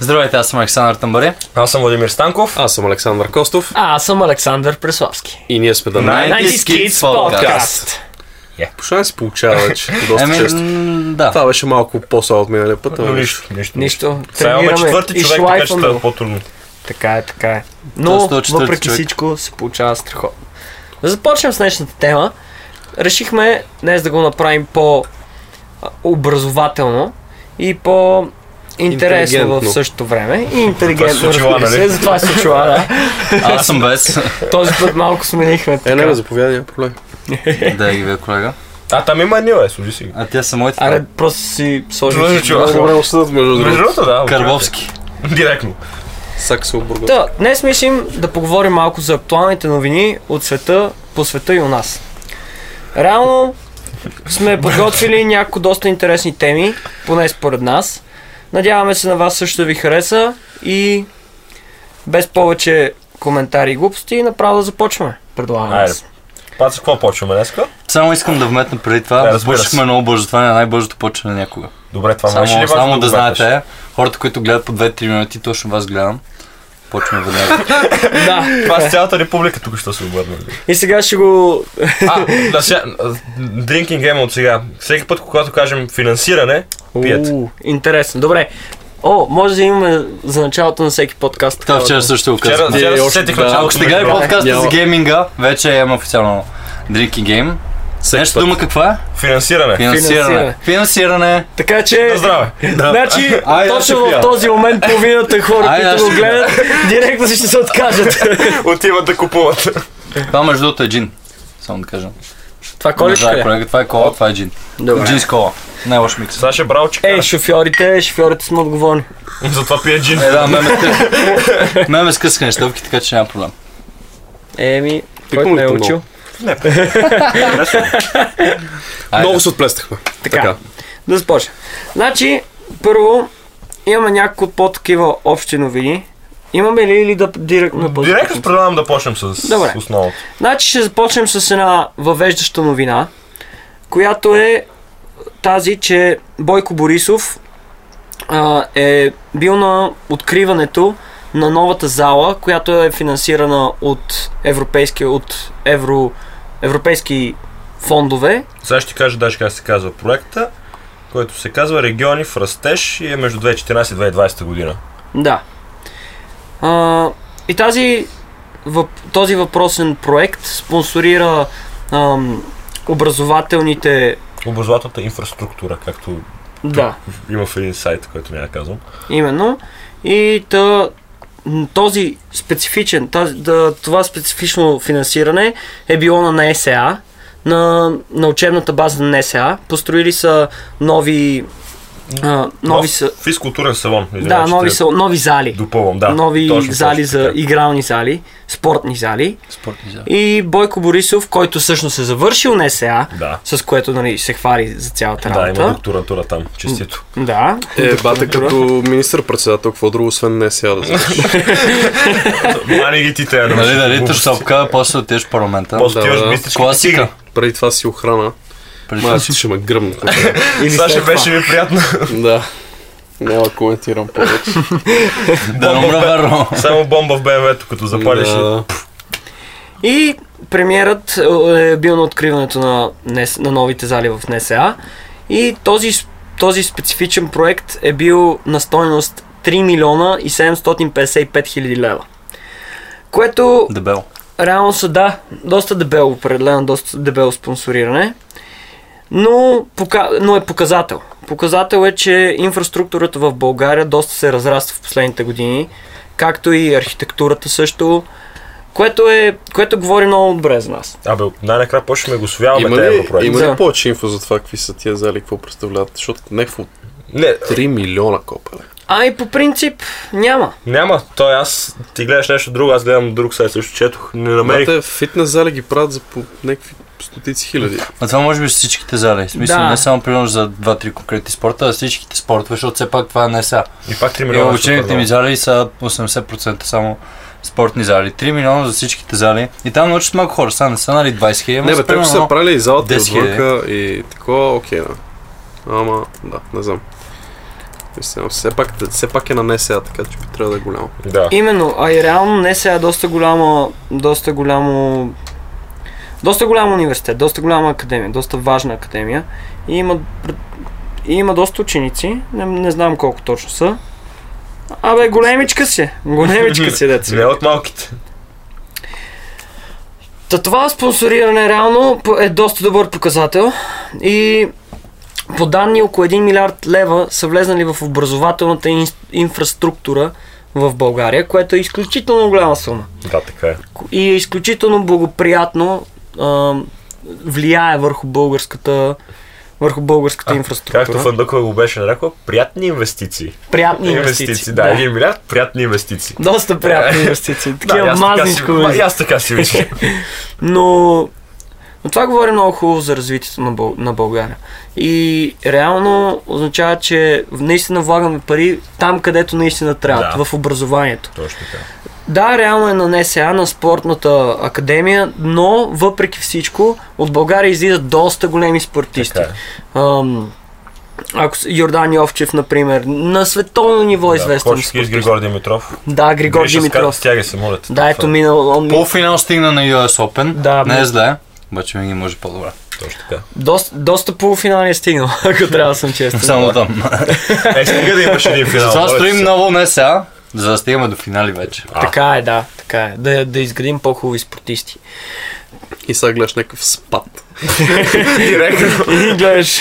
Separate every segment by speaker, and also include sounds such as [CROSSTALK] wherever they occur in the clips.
Speaker 1: Здравейте, аз съм Александър Тамбаре.
Speaker 2: Аз съм Владимир Станков.
Speaker 3: Аз съм Александър Костов
Speaker 4: А, аз съм Александър Преславски.
Speaker 3: и ние сме да най...
Speaker 1: 90s Kids Podcast.
Speaker 3: Почна да се получава [LAUGHS] вече, доста
Speaker 1: Еми,
Speaker 3: често.
Speaker 1: Ами, м, да.
Speaker 3: Това беше малко по-са от миналия път.
Speaker 2: Но
Speaker 3: ама
Speaker 2: нищо, нищо.
Speaker 4: Нищо.
Speaker 2: Сега имаме четвърти
Speaker 4: и
Speaker 2: човек, така че
Speaker 4: шлайфаме
Speaker 2: това е
Speaker 4: го.
Speaker 2: по-трудно.
Speaker 4: Така е, така е. Но
Speaker 1: Тоест, той е четвърти
Speaker 4: въпреки
Speaker 1: човек.
Speaker 4: всичко се получава страхотно. Да започнем с днешната тема. Решихме днес да го направим по-образователно и по интересно в
Speaker 3: Интелигентно. същото
Speaker 4: същото време. И интелигентно,
Speaker 2: Затова се случила,
Speaker 4: разбира се.
Speaker 2: нали?
Speaker 4: Затова се случила,
Speaker 2: [LAUGHS]
Speaker 4: да.
Speaker 1: Аз съм без.
Speaker 4: Този път малко сменихме
Speaker 3: Е, не,
Speaker 4: така.
Speaker 3: не, заповядай, няма проблем.
Speaker 1: Да ги бе, колега.
Speaker 2: А, там има едни, бе, служи си.
Speaker 1: А те са моите.
Speaker 4: Аре, просто си
Speaker 2: Добре,
Speaker 4: сложих.
Speaker 2: чувак.
Speaker 3: Аз добре осъдат, между
Speaker 2: Между
Speaker 3: другото.
Speaker 2: другото, да.
Speaker 1: Карбовски.
Speaker 2: [LAUGHS] Директно.
Speaker 3: Саксо Бургас.
Speaker 4: Та, днес мислим да поговорим малко за актуалните новини от света, по света и у нас. Реално сме подготвили няколко доста интересни теми, поне според нас. Надяваме се на вас също да ви хареса и без повече коментари и глупости, направо да започваме. Предлагам
Speaker 2: Айде.
Speaker 4: аз.
Speaker 2: Пац, какво почваме днеска?
Speaker 1: Само искам да вметна преди
Speaker 2: Да,
Speaker 1: това.
Speaker 2: разбира се.
Speaker 1: Започнахме много бързо. Това не е най-бързото почване някога.
Speaker 2: Добре, това можеш ли
Speaker 1: Само,
Speaker 2: важно
Speaker 1: само да
Speaker 2: го вметнеш?
Speaker 1: знаете, хората, които гледат по 2-3 минути, точно вас гледам. Почваме веднага.
Speaker 4: Да.
Speaker 2: Това е с цялата република тук ще се обърна.
Speaker 4: И сега ще го...
Speaker 2: А, да сега, а, drinking game от сега. Всеки път, когато кажем финансиране, пият.
Speaker 4: Уу, интересно. Добре. О, може да имаме за началото на всеки подкаст.
Speaker 1: Това
Speaker 4: такава
Speaker 1: вчера също го
Speaker 2: Вчера,
Speaker 1: казахме.
Speaker 2: вчера
Speaker 3: Е,
Speaker 2: се
Speaker 3: още-
Speaker 2: сетих
Speaker 3: да,
Speaker 2: началото.
Speaker 1: Ако сте гледали
Speaker 2: на-
Speaker 1: подкаста за
Speaker 3: Няма.
Speaker 1: гейминга, вече имам официално Drinking Game. Нещо дума каква е? [LAUGHS]
Speaker 2: Финансиране.
Speaker 1: Финансиране.
Speaker 4: Финансиране.
Speaker 1: Финансиране.
Speaker 4: Така че...
Speaker 2: Да, здраве.
Speaker 4: Значи,
Speaker 1: Айде,
Speaker 4: точно
Speaker 1: аз ще
Speaker 4: в
Speaker 1: пия.
Speaker 4: този момент половината хора,
Speaker 1: Айде, аз
Speaker 4: които го
Speaker 1: ще пия.
Speaker 4: гледат, директно ще се откажат.
Speaker 2: Отиват да купуват.
Speaker 1: Това между другото е джин. Само да кажа.
Speaker 4: [LAUGHS] Това
Speaker 1: Да,
Speaker 4: количка ли?
Speaker 1: колега, това е кола, това е джин. Джин с кола. Най-лош микс.
Speaker 2: Сега ще брал чека.
Speaker 4: Ей, Е, шофьорите, шофьорите сме отговорни.
Speaker 2: [LAUGHS] Затова пия джин.
Speaker 1: Е, да, меме скъс- [LAUGHS] меме с къскане щопки, така че няма проблем.
Speaker 4: Еми,
Speaker 3: Пикам
Speaker 4: който
Speaker 3: ли
Speaker 4: не е
Speaker 3: по-много?
Speaker 4: учил.
Speaker 1: Айде.
Speaker 3: Много се отплестахме.
Speaker 4: Така, да започнем. Значи, първо, имаме няколко по-такива общи новини. Имаме ли или да директно
Speaker 2: Директно предлагам да почнем с
Speaker 4: Добре.
Speaker 2: с основното.
Speaker 4: Значи ще започнем с една въвеждаща новина, която е тази, че Бойко Борисов а, е бил на откриването на новата зала, която е финансирана от, европейски, от евро, европейски фондове.
Speaker 2: Сега ще ти кажа даже как се казва проекта, който се казва Региони в растеж и е между 2014 и 2020 година.
Speaker 4: Да. А, и тази, въп, този въпросен проект спонсорира ам, образователните...
Speaker 2: Образователната инфраструктура, както
Speaker 4: Да.
Speaker 2: има в един сайт, който няма да казвам.
Speaker 4: Именно. И та, м, този специфичен, тази, да, това специфично финансиране е било на НСА, на, на учебната база на НСА. Построили са нови. А, нови са,
Speaker 2: Физкултурен салон.
Speaker 4: да,
Speaker 2: извинявай, че
Speaker 4: нови,
Speaker 2: те
Speaker 4: са, нови зали.
Speaker 2: Допълвам, да.
Speaker 4: нови
Speaker 2: точно,
Speaker 4: зали
Speaker 2: точно
Speaker 4: за
Speaker 2: така.
Speaker 4: игрални зали, спортни зали.
Speaker 1: Спортни зали.
Speaker 4: И Бойко Борисов, който всъщност е завършил НСА,
Speaker 2: Да.
Speaker 4: с което нали, се хвали за цялата
Speaker 2: Да, има
Speaker 4: работа.
Speaker 2: докторатура там, честито.
Speaker 4: Да,
Speaker 3: Е, бате, като министър-председател, какво друго, освен не сега да знаеш.
Speaker 2: Мани ги ти те,
Speaker 1: Нали, дали тъщопка, после отиваш в парламента.
Speaker 2: После
Speaker 3: Да,
Speaker 2: отиваш
Speaker 3: да.
Speaker 2: мислиш,
Speaker 1: Класика.
Speaker 3: Преди това си охрана.
Speaker 1: Преди това
Speaker 3: Ма,
Speaker 1: си-
Speaker 3: ти ще ме [LAUGHS] гръмна.
Speaker 4: или
Speaker 2: Сега ще
Speaker 4: след това.
Speaker 2: беше ми приятно.
Speaker 3: Да. Няма да коментирам повече.
Speaker 1: Да не умра верно.
Speaker 2: Само бомба в БМВ-то, като запалиш.
Speaker 3: Да, да.
Speaker 4: И премиерът е, е бил на откриването на, НС, на новите зали в НСА. И този, с- този специфичен проект е бил на стойност 3 милиона и 755 хиляди лева. Което
Speaker 1: Дебел.
Speaker 4: реално са, да, доста дебело определено, доста дебело спонсориране. Но, пока, но е показател. Показател е, че инфраструктурата в България доста се разраства в последните години, както и архитектурата също, което, е, което говори много добре за нас.
Speaker 2: Абе, най-накрая почваме го освояваме
Speaker 3: Има
Speaker 2: тези
Speaker 3: ли,
Speaker 2: европроекти.
Speaker 3: има
Speaker 4: Да.
Speaker 3: ли повече инфо за това, какви са тия зали, какво представляват? Защото някакво
Speaker 2: Не,
Speaker 3: 3 милиона копале.
Speaker 4: А и по принцип няма.
Speaker 2: няма. Той аз, ти гледаш нещо друго, аз гледам друг сайт, също четох. Не намерих.
Speaker 3: Бате, фитнес зали ги правят за по някакви стотици хиляди.
Speaker 1: А това може би са всичките зали. В смисъл,
Speaker 4: Да.
Speaker 1: не само примерно за 2-3 конкретни спорта, а всичките спортове, защото все пак това не са.
Speaker 2: И пак 3
Speaker 1: И
Speaker 2: милиона. ще
Speaker 1: учебните ми
Speaker 2: продам.
Speaker 1: зали са 80% само спортни зали. 3 милиона за всичките зали. И там научат малко хора. Са не са нали 20 хиляди. ама
Speaker 3: Не,
Speaker 1: са
Speaker 3: бе, те ако
Speaker 1: примерно
Speaker 3: са правили и залата е и
Speaker 1: 10 000.
Speaker 3: отвънка и такова, окей, да. Ама, да, не знам. Наистина, все пак, все пак е на НСА, така че трябва да е голямо.
Speaker 2: Да.
Speaker 4: Именно, а и реално не сега доста голяма, доста голямо, доста голям университет, доста голяма академия, доста важна академия. И има, пред- и има доста ученици, не, не знам колко точно са. Абе, големичка си, големичка си,
Speaker 2: [LAUGHS]
Speaker 4: деца.
Speaker 2: Не от малките.
Speaker 4: Та това спонсориране реално п- е доста добър показател и по данни около 1 милиард лева са влезнали в образователната инс- инфраструктура в България, което е изключително голяма сума
Speaker 2: Да, така е.
Speaker 4: и е изключително благоприятно а, влияе върху българската върху българската инфраструктура.
Speaker 2: Както Фандукова го беше нарекла, приятни инвестиции.
Speaker 4: Приятни инвестиции.
Speaker 2: да, един милиард, приятни инвестиции.
Speaker 4: Доста
Speaker 2: [LAUGHS]
Speaker 4: приятни инвестиции. Такива
Speaker 2: и аз така си-
Speaker 4: мазничко. е.
Speaker 2: ма- и аз така
Speaker 4: [LAUGHS]
Speaker 2: си мисля.
Speaker 4: Но, но това говори много хубаво за развитието на, Бъл... на България. И реално означава, че наистина влагаме пари там, където наистина трябва,
Speaker 2: Да.
Speaker 4: в образованието.
Speaker 2: Точно така.
Speaker 4: Да, реално е на НСА, на спортната академия, но въпреки всичко от България излизат доста големи спортисти.
Speaker 2: Така е.
Speaker 4: Ам, ако с- Йордан Йовчев, например, на световно ниво е
Speaker 2: Да,
Speaker 4: известен
Speaker 2: Кочки с
Speaker 4: спортист.
Speaker 2: Григор Димитров.
Speaker 4: Да, Григор
Speaker 2: Гриша,
Speaker 4: Димитров.
Speaker 2: ска- Стягай се, моля те.
Speaker 4: Да, ето
Speaker 2: Това е.
Speaker 4: минал. Он, ми-
Speaker 1: Полуфинал стигна на US Open.
Speaker 4: Да,
Speaker 1: не
Speaker 4: ми-
Speaker 1: е зле, обаче винаги може по-добре.
Speaker 2: Точно така.
Speaker 4: доста, доста полуфинали е стигнал, [LAUGHS] ако трябва да съм честен.
Speaker 1: Само там.
Speaker 2: Е, стига да имаш един финал.
Speaker 1: Затова
Speaker 2: моля ти
Speaker 1: строим
Speaker 2: се.
Speaker 1: много не сега, за да стигаме до финали вече.
Speaker 2: А.
Speaker 4: Така е, да, така е. Да, да изградим по-хубави спортисти.
Speaker 3: И сега гледаш някакъв спад.
Speaker 2: Директно.
Speaker 4: [LAUGHS] И гледаш.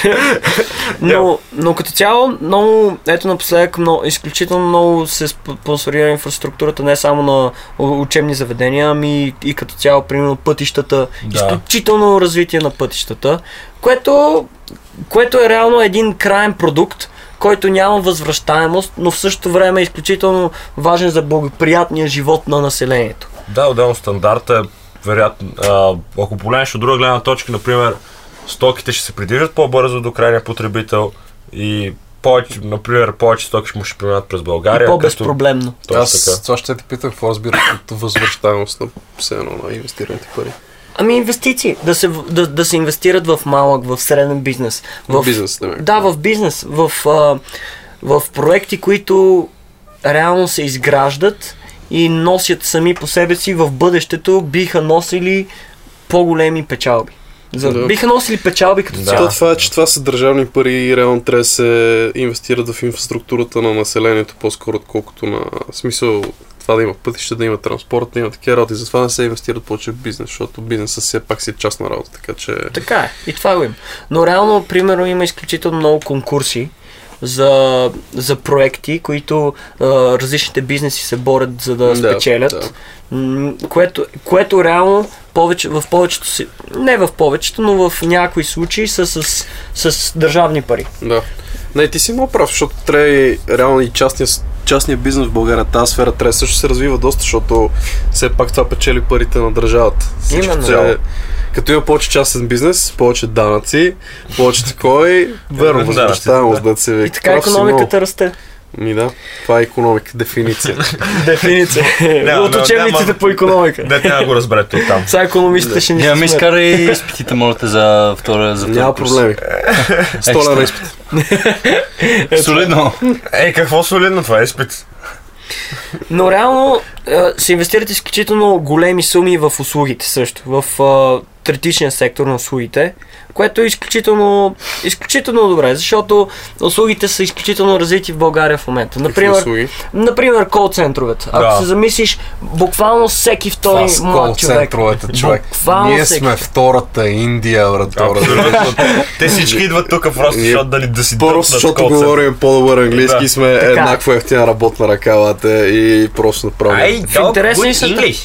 Speaker 4: но, но като цяло, много, ето напоследък, много, изключително много се сп- спонсорира инфраструктурата, не само на у- учебни заведения, ами и като цяло, примерно пътищата.
Speaker 2: Да.
Speaker 4: Изключително развитие на пътищата, което, което е реално един крайен продукт, който няма възвръщаемост, но в същото време е изключително важен за благоприятния живот на населението.
Speaker 2: Да, отделно стандарта е вероятно. а, Ако погледнеш от друга гледна точка, например, стоките ще се придвижат по-бързо до крайния потребител и повече, например, повече стоки му ще преминат през
Speaker 4: И
Speaker 2: България. като...
Speaker 4: по-безпроблемно.
Speaker 2: Точно
Speaker 3: Аз
Speaker 2: така.
Speaker 3: това ще те питах, какво разбираш от възвръщаемост на все едно на инвестираните пари.
Speaker 4: Ами инвестиции. Да се, в- да, да се инвестират в малък, в среден бизнес.
Speaker 3: В бизнес, да
Speaker 4: Да, в бизнес. В, а, в проекти, които реално се изграждат и носят сами по себе си в бъдещето, биха носили по-големи печалби. За,
Speaker 3: Да.
Speaker 4: Биха носили печалби като
Speaker 2: Да.
Speaker 4: цяло.
Speaker 3: То това е, че това са държавни пари и реално трябва да се инвестират в инфраструктурата на населението по-скоро, отколкото на в смисъл това да има пътища, да има транспорт, да има такива работи. Затова не се инвестират повече в бизнес, защото бизнесът все пак си е частна работа, така че...
Speaker 4: Така е. И това го има. Но реално, примерно, има изключително много конкурси за, за проекти, които а, различните бизнеси се борят за да,
Speaker 3: Да,
Speaker 4: спечелят. М, Което, което реално повече, в повечето си, не в повечето, но в някои случаи са с, с държавни пари.
Speaker 3: Да. Не, ти си много прав, защото трябва и реално и частния, частния бизнес в България, тази сфера трябва също се развива доста, защото все пак това печели парите на държавата. Всичко
Speaker 4: Именно.
Speaker 3: Е, като има повече частен бизнес, повече данъци, повече такой, верно,
Speaker 2: Да,
Speaker 3: възвръщаемост да се ви.
Speaker 4: И така
Speaker 3: Прав Е, си
Speaker 4: економиката расте.
Speaker 3: много. Ми да, това е економика, [LAUGHS] дефиниция.
Speaker 4: Дефиниция.
Speaker 2: Няма,
Speaker 4: От
Speaker 2: няма,
Speaker 4: учебниците
Speaker 2: няма.
Speaker 4: по економика.
Speaker 2: Да, няма да го разберете от там.
Speaker 4: Сега економистите ще ни
Speaker 1: Ние ми
Speaker 4: се смеят.
Speaker 1: изкара и изпитите, моля те, за втора, за втори
Speaker 3: Няма
Speaker 1: курс.
Speaker 3: проблеми. Столя на изпит.
Speaker 1: Е, Солидно.
Speaker 2: Ей, какво солидно това е изпит?
Speaker 4: Но реално а, се инвестират изключително големи суми в услугите също, в а, третичния сектор на услугите, което е изключително, изключително добре, защото услугите са изключително развити в България в момента. Например,
Speaker 3: Услуги.
Speaker 4: например кол-центровете. Ако
Speaker 2: Да.
Speaker 4: се замислиш, буквално всеки втори
Speaker 3: Това с
Speaker 4: млад човек.
Speaker 3: кол-центровете, човек.
Speaker 4: Буквално
Speaker 3: Ние
Speaker 4: всеки.
Speaker 3: сме втората Индия, брат.
Speaker 2: Абсолютно. Те всички идват тук просто,
Speaker 3: Ние-
Speaker 2: защото да ни да си
Speaker 3: Първо,
Speaker 2: дръпнат
Speaker 3: защото
Speaker 2: колца.
Speaker 3: говорим по-добър английски
Speaker 2: Да.
Speaker 3: и сме еднакво ефтина работна ръка, лате, и просто направо.
Speaker 2: Ай,
Speaker 4: В интерес на
Speaker 2: good
Speaker 4: истината-
Speaker 2: Е, English.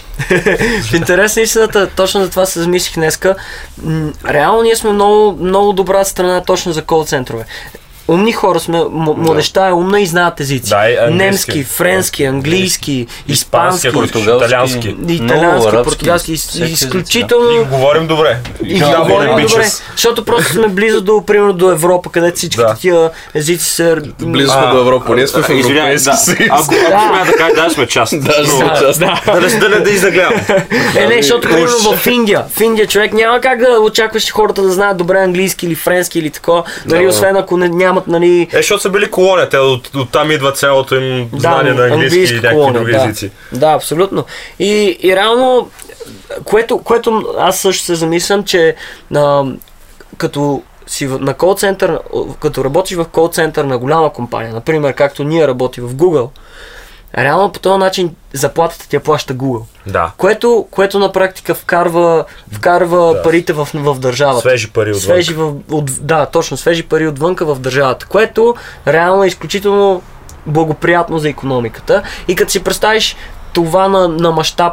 Speaker 4: В интерес на истината, точно за това се замислих днеска. М, Реално ние сме много, много добра страна точно за кол-центрове. Умни хора сме, м- младеща е умна и знаят езици.
Speaker 2: Да, и английски.
Speaker 4: Немски, френски, английски, испански,
Speaker 2: Испански, португалски. Италиански.
Speaker 1: много
Speaker 4: италиански,
Speaker 1: арабски,
Speaker 4: португалски. из-
Speaker 1: всеки език, да.
Speaker 2: И
Speaker 4: Изключително
Speaker 2: говорим добре.
Speaker 4: и
Speaker 1: Да,
Speaker 4: говорим
Speaker 1: обичам.
Speaker 4: добре, защото просто сме близо до, примерно, до Европа, където всички
Speaker 2: Да.
Speaker 4: такива езици са... м,
Speaker 3: Близо сме
Speaker 2: А,
Speaker 3: до Европа, ние сме в
Speaker 2: Извинявай,
Speaker 3: Европейски съюз.
Speaker 2: Ако, ако сме да кажа, да, сме част. Да,
Speaker 4: да, да.
Speaker 2: да, не- да, не да изнаглявам.
Speaker 4: Е,
Speaker 2: Ами,
Speaker 4: не, защото примерно в Индия, в Индия човек няма как да очакваш хората да знаят добре английски или френски или такова, нали,
Speaker 3: Да.
Speaker 4: освен ако не, няма нямат, нали,
Speaker 2: Е, защото са били колония, те от, от там идва цялото им
Speaker 4: Да,
Speaker 2: знание на английски и
Speaker 4: английска
Speaker 2: някакви
Speaker 4: колония,
Speaker 2: други
Speaker 4: да.
Speaker 2: езици.
Speaker 4: Да, абсолютно. И, и реално, което, което аз също се замислям, че а, като си в- на кол-център, като работиш в кол-център на голяма компания, например, както ние работи в Google, реално по този начин заплатата ти я плаща Google,
Speaker 2: Да.
Speaker 4: което, което на практика вкарва, вкарва
Speaker 2: Да.
Speaker 4: парите в, в държавата.
Speaker 2: Свежи пари отвън.
Speaker 4: Свежи в, от, да, точно, свежи пари отвънка в държавата, което реално е изключително благоприятно за економиката. И като си представиш това на, на мащаб,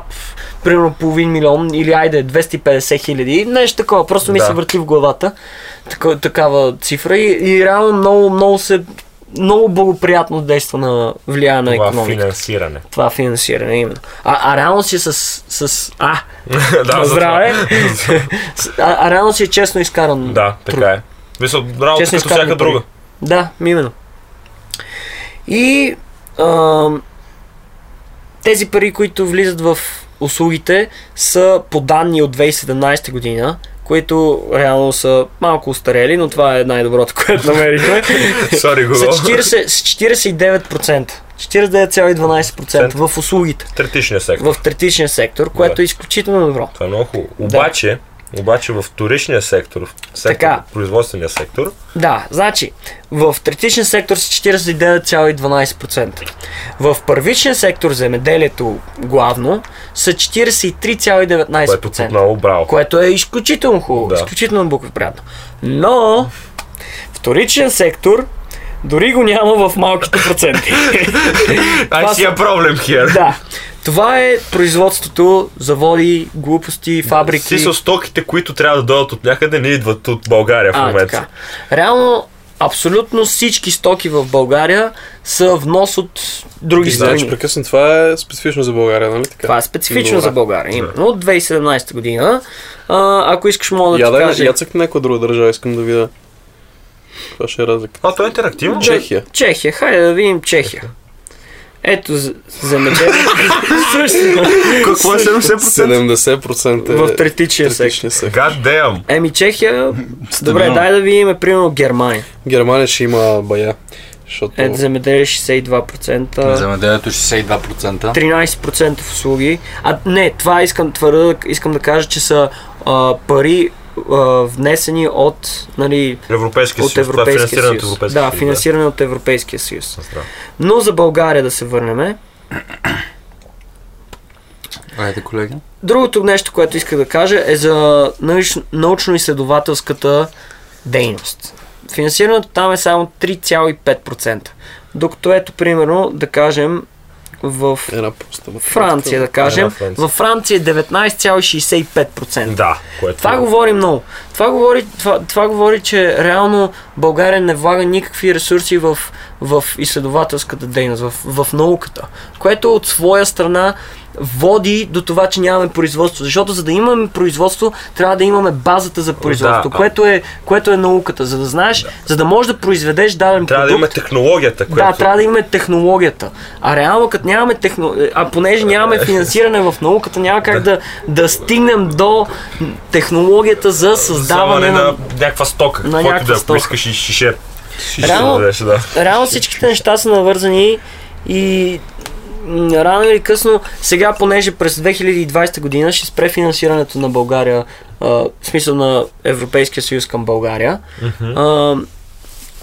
Speaker 4: примерно половин милион или айде 250 хиляди, нещо такова, просто ми
Speaker 2: Да.
Speaker 4: се върти в главата така, такава цифра и, и реално много, много се много благоприятно действа на влияние на
Speaker 2: Това
Speaker 4: економиката. [LAUGHS]
Speaker 2: финансиране.
Speaker 4: Това финансиране, именно. А, а реално си с, с... А,
Speaker 2: да,
Speaker 4: на
Speaker 2: за това.
Speaker 4: здраве. а, а реално си е честно изкаран
Speaker 2: Да,
Speaker 4: труд.
Speaker 2: така е. Мисля, работа
Speaker 4: Честно
Speaker 2: като всяка
Speaker 4: изкарани пари.
Speaker 2: друга.
Speaker 4: Да, именно. И а, тези пари, които влизат в услугите, са по данни от 2017 година, които реално са малко устарели, но това е най-доброто, [LAUGHS] което намерихме.
Speaker 2: Сори,
Speaker 4: Са
Speaker 2: Google.
Speaker 4: 40, с 49%. 49,12% в услугите,
Speaker 2: Третичния сектор.
Speaker 4: в третичния сектор, което е изключително добро.
Speaker 2: Това е много хубаво. Обаче, обаче в вторичния сектор, в сектор,
Speaker 4: Така.
Speaker 2: в производствения сектор,
Speaker 4: Да, значи, в третичен сектор са 49,12%. В първичен сектор земеделието главно са
Speaker 2: което
Speaker 4: 43,19%.
Speaker 2: отново е браво.
Speaker 4: Което е изключително хубаво,
Speaker 2: Да.
Speaker 4: изключително благоприятно. Но вторичен сектор дори го няма в малките
Speaker 2: [LAUGHS]
Speaker 4: проценти.
Speaker 2: I
Speaker 4: това
Speaker 2: see a problem here.
Speaker 4: да. Това е производството, заводи, глупости, фабрики.
Speaker 2: Си с стоките, които трябва да дойдат от някъде, не идват от България в
Speaker 4: А,
Speaker 2: момента.
Speaker 4: така. Реално, абсолютно всички стоки в България са внос от други страни.
Speaker 3: Значи, прекъсна, това е специфично за България, нали така?
Speaker 4: Това е специфично
Speaker 3: Добре.
Speaker 4: за България. Именно от 2017 година. А, ако искаш, мога да
Speaker 3: Я
Speaker 4: ти
Speaker 3: да,
Speaker 4: кажа.
Speaker 3: я цък някоя друга държава, искам да видя. Това ще е разлика.
Speaker 2: А, то е интерактивно.
Speaker 3: Че- Чехия.
Speaker 4: Чехия. Хайде да видим Чехия. Ето за- земеделие. Всъщност,
Speaker 2: Какво е 70%?
Speaker 3: 70% е
Speaker 4: в третичия сектор.
Speaker 3: третичния сектор.
Speaker 2: God damn.
Speaker 4: Еми Чехия, добре,
Speaker 1: Стабилно.
Speaker 4: дай да видим, примерно Германия.
Speaker 3: Германия ще има бая, защото...
Speaker 4: Ето земеделие 62%.
Speaker 1: Замеделието 62%.
Speaker 4: 13% в услуги. А не, това искам твърда, искам да кажа, че са а, пари а, внесени от, нали,
Speaker 2: Европейския
Speaker 4: от
Speaker 2: съюз. Това е
Speaker 4: Европейския
Speaker 2: финансиране
Speaker 4: съюз.
Speaker 2: от
Speaker 4: да,
Speaker 2: Европейския съюз.
Speaker 4: финансиране от Европейския съюз.
Speaker 2: Здраво.
Speaker 4: Но за България да се върнем.
Speaker 1: Айде, колеги.
Speaker 4: Другото нещо, което исках да кажа е за научно- научно-изследователската дейност. Финансирането там е само 3,5%. Докато ето, примерно, да кажем, в
Speaker 3: Една проста. математика.
Speaker 4: Франция, да
Speaker 2: Една
Speaker 4: кажем,
Speaker 2: Франция.
Speaker 4: във Франция е 19,65%.
Speaker 2: Да, което...
Speaker 4: Е,
Speaker 2: е.
Speaker 4: Това говори много. Това говори, това, това говори, че реално България не влага никакви ресурси в, в изследователската дейност, в, в науката, което от своя страна води до това, че нямаме производство. Защото за да имаме производство, трябва да имаме базата за производство,
Speaker 2: Да, а-
Speaker 4: което, е, което е науката. За да знаеш, за да можеш да произведеш даден
Speaker 2: Трябва да
Speaker 4: продукт,
Speaker 2: има технологията, която...
Speaker 4: да, трябва да имаме технологията. А реално, като нямаме техно... а понеже нямаме финансиране в науката, няма как да, да стигнем до технологията за създаване
Speaker 2: Създаване на
Speaker 4: на...
Speaker 2: някаква стока, каквото
Speaker 4: някаква
Speaker 2: да
Speaker 4: стока.
Speaker 2: поискаш и шише. Шише
Speaker 4: Реално-
Speaker 2: да дадеш, да.
Speaker 4: Реално всичките неща са навързани и м, рано или късно, сега понеже през 2020 година ще спре финансирането на България, а, в смисъл на Европейския съюз към България, а,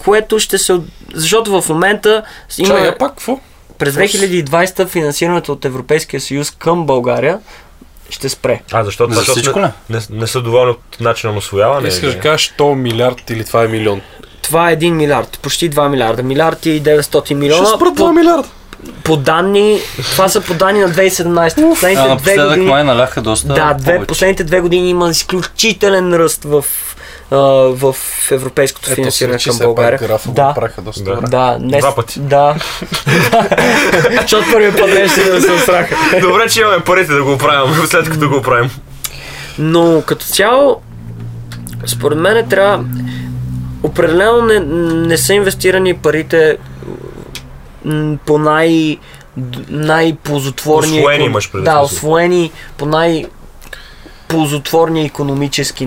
Speaker 4: което ще се... от- Защото в момента има...
Speaker 3: Чай, а пак какво?
Speaker 4: През 2020 финансирането от Европейския съюз към България ще спре.
Speaker 2: А, защото,
Speaker 1: За
Speaker 2: защото
Speaker 1: всичко
Speaker 2: не,
Speaker 1: ли?
Speaker 2: не, не са доволни от начина на освояване.
Speaker 3: Искаш да
Speaker 2: или-
Speaker 3: кажеш 100 милиард или това е милион.
Speaker 4: Това е 1 милиард, почти 2 милиарда. Милиард и 900
Speaker 3: Ще
Speaker 4: милиона.
Speaker 3: спра
Speaker 4: по,
Speaker 3: 2 милиард.
Speaker 4: по данни, това са по данни на 2017.
Speaker 1: А,
Speaker 4: Последните две
Speaker 1: напоследък
Speaker 4: години,
Speaker 1: май наляха доста
Speaker 4: да, две,
Speaker 1: повече.
Speaker 4: последните две години има изключителен ръст в, а, в европейското
Speaker 3: Ето се
Speaker 4: финансиране
Speaker 3: лечи
Speaker 4: към
Speaker 3: все пак
Speaker 4: България.
Speaker 3: графа го
Speaker 4: Да,
Speaker 3: праха доста
Speaker 2: Да.
Speaker 3: добре.
Speaker 4: да, не,
Speaker 2: Два
Speaker 3: [LAUGHS]
Speaker 2: пъти.
Speaker 4: Да. Защото първият път беше да се страх.
Speaker 2: Добре, че имаме парите да го правим, [LAUGHS] след като го правим.
Speaker 4: Но като цяло, според мен трябва. Определено не, не са инвестирани парите м, по най- най-ползотворни.
Speaker 2: Освоени имаш предвид,
Speaker 4: Да,
Speaker 2: мисля.
Speaker 4: освоени по най ползотворния економически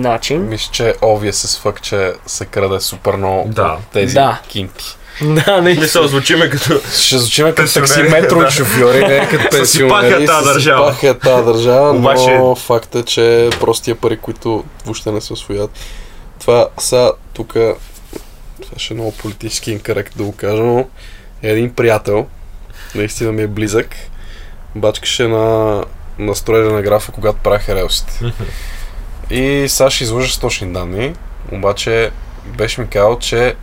Speaker 3: [LAUGHS]
Speaker 4: начин.
Speaker 3: Мисля, че овия с фък, че се краде супер много
Speaker 2: Да.
Speaker 3: от тези
Speaker 4: Да.
Speaker 3: кинти.
Speaker 4: Да, не
Speaker 2: Мисъл, звучиме като...
Speaker 3: Ще звучиме като
Speaker 2: Пенсионери,
Speaker 3: таксиметрови
Speaker 2: да.
Speaker 3: шофьори, не като пенсионери.
Speaker 2: паха тази
Speaker 3: с
Speaker 2: държава.
Speaker 3: паха тази държава, но
Speaker 2: Обаче-
Speaker 3: факт е, че простия пари, които въобще не се освоят. Това са тук, това ще е много политически инкорект да го кажа, но един приятел, наистина ми е близък, бачкаше на, на строежа на графа, когато правиха
Speaker 2: [LAUGHS]
Speaker 3: релсите. И сега ще излъжа с точни данни, обаче беше ми казал, че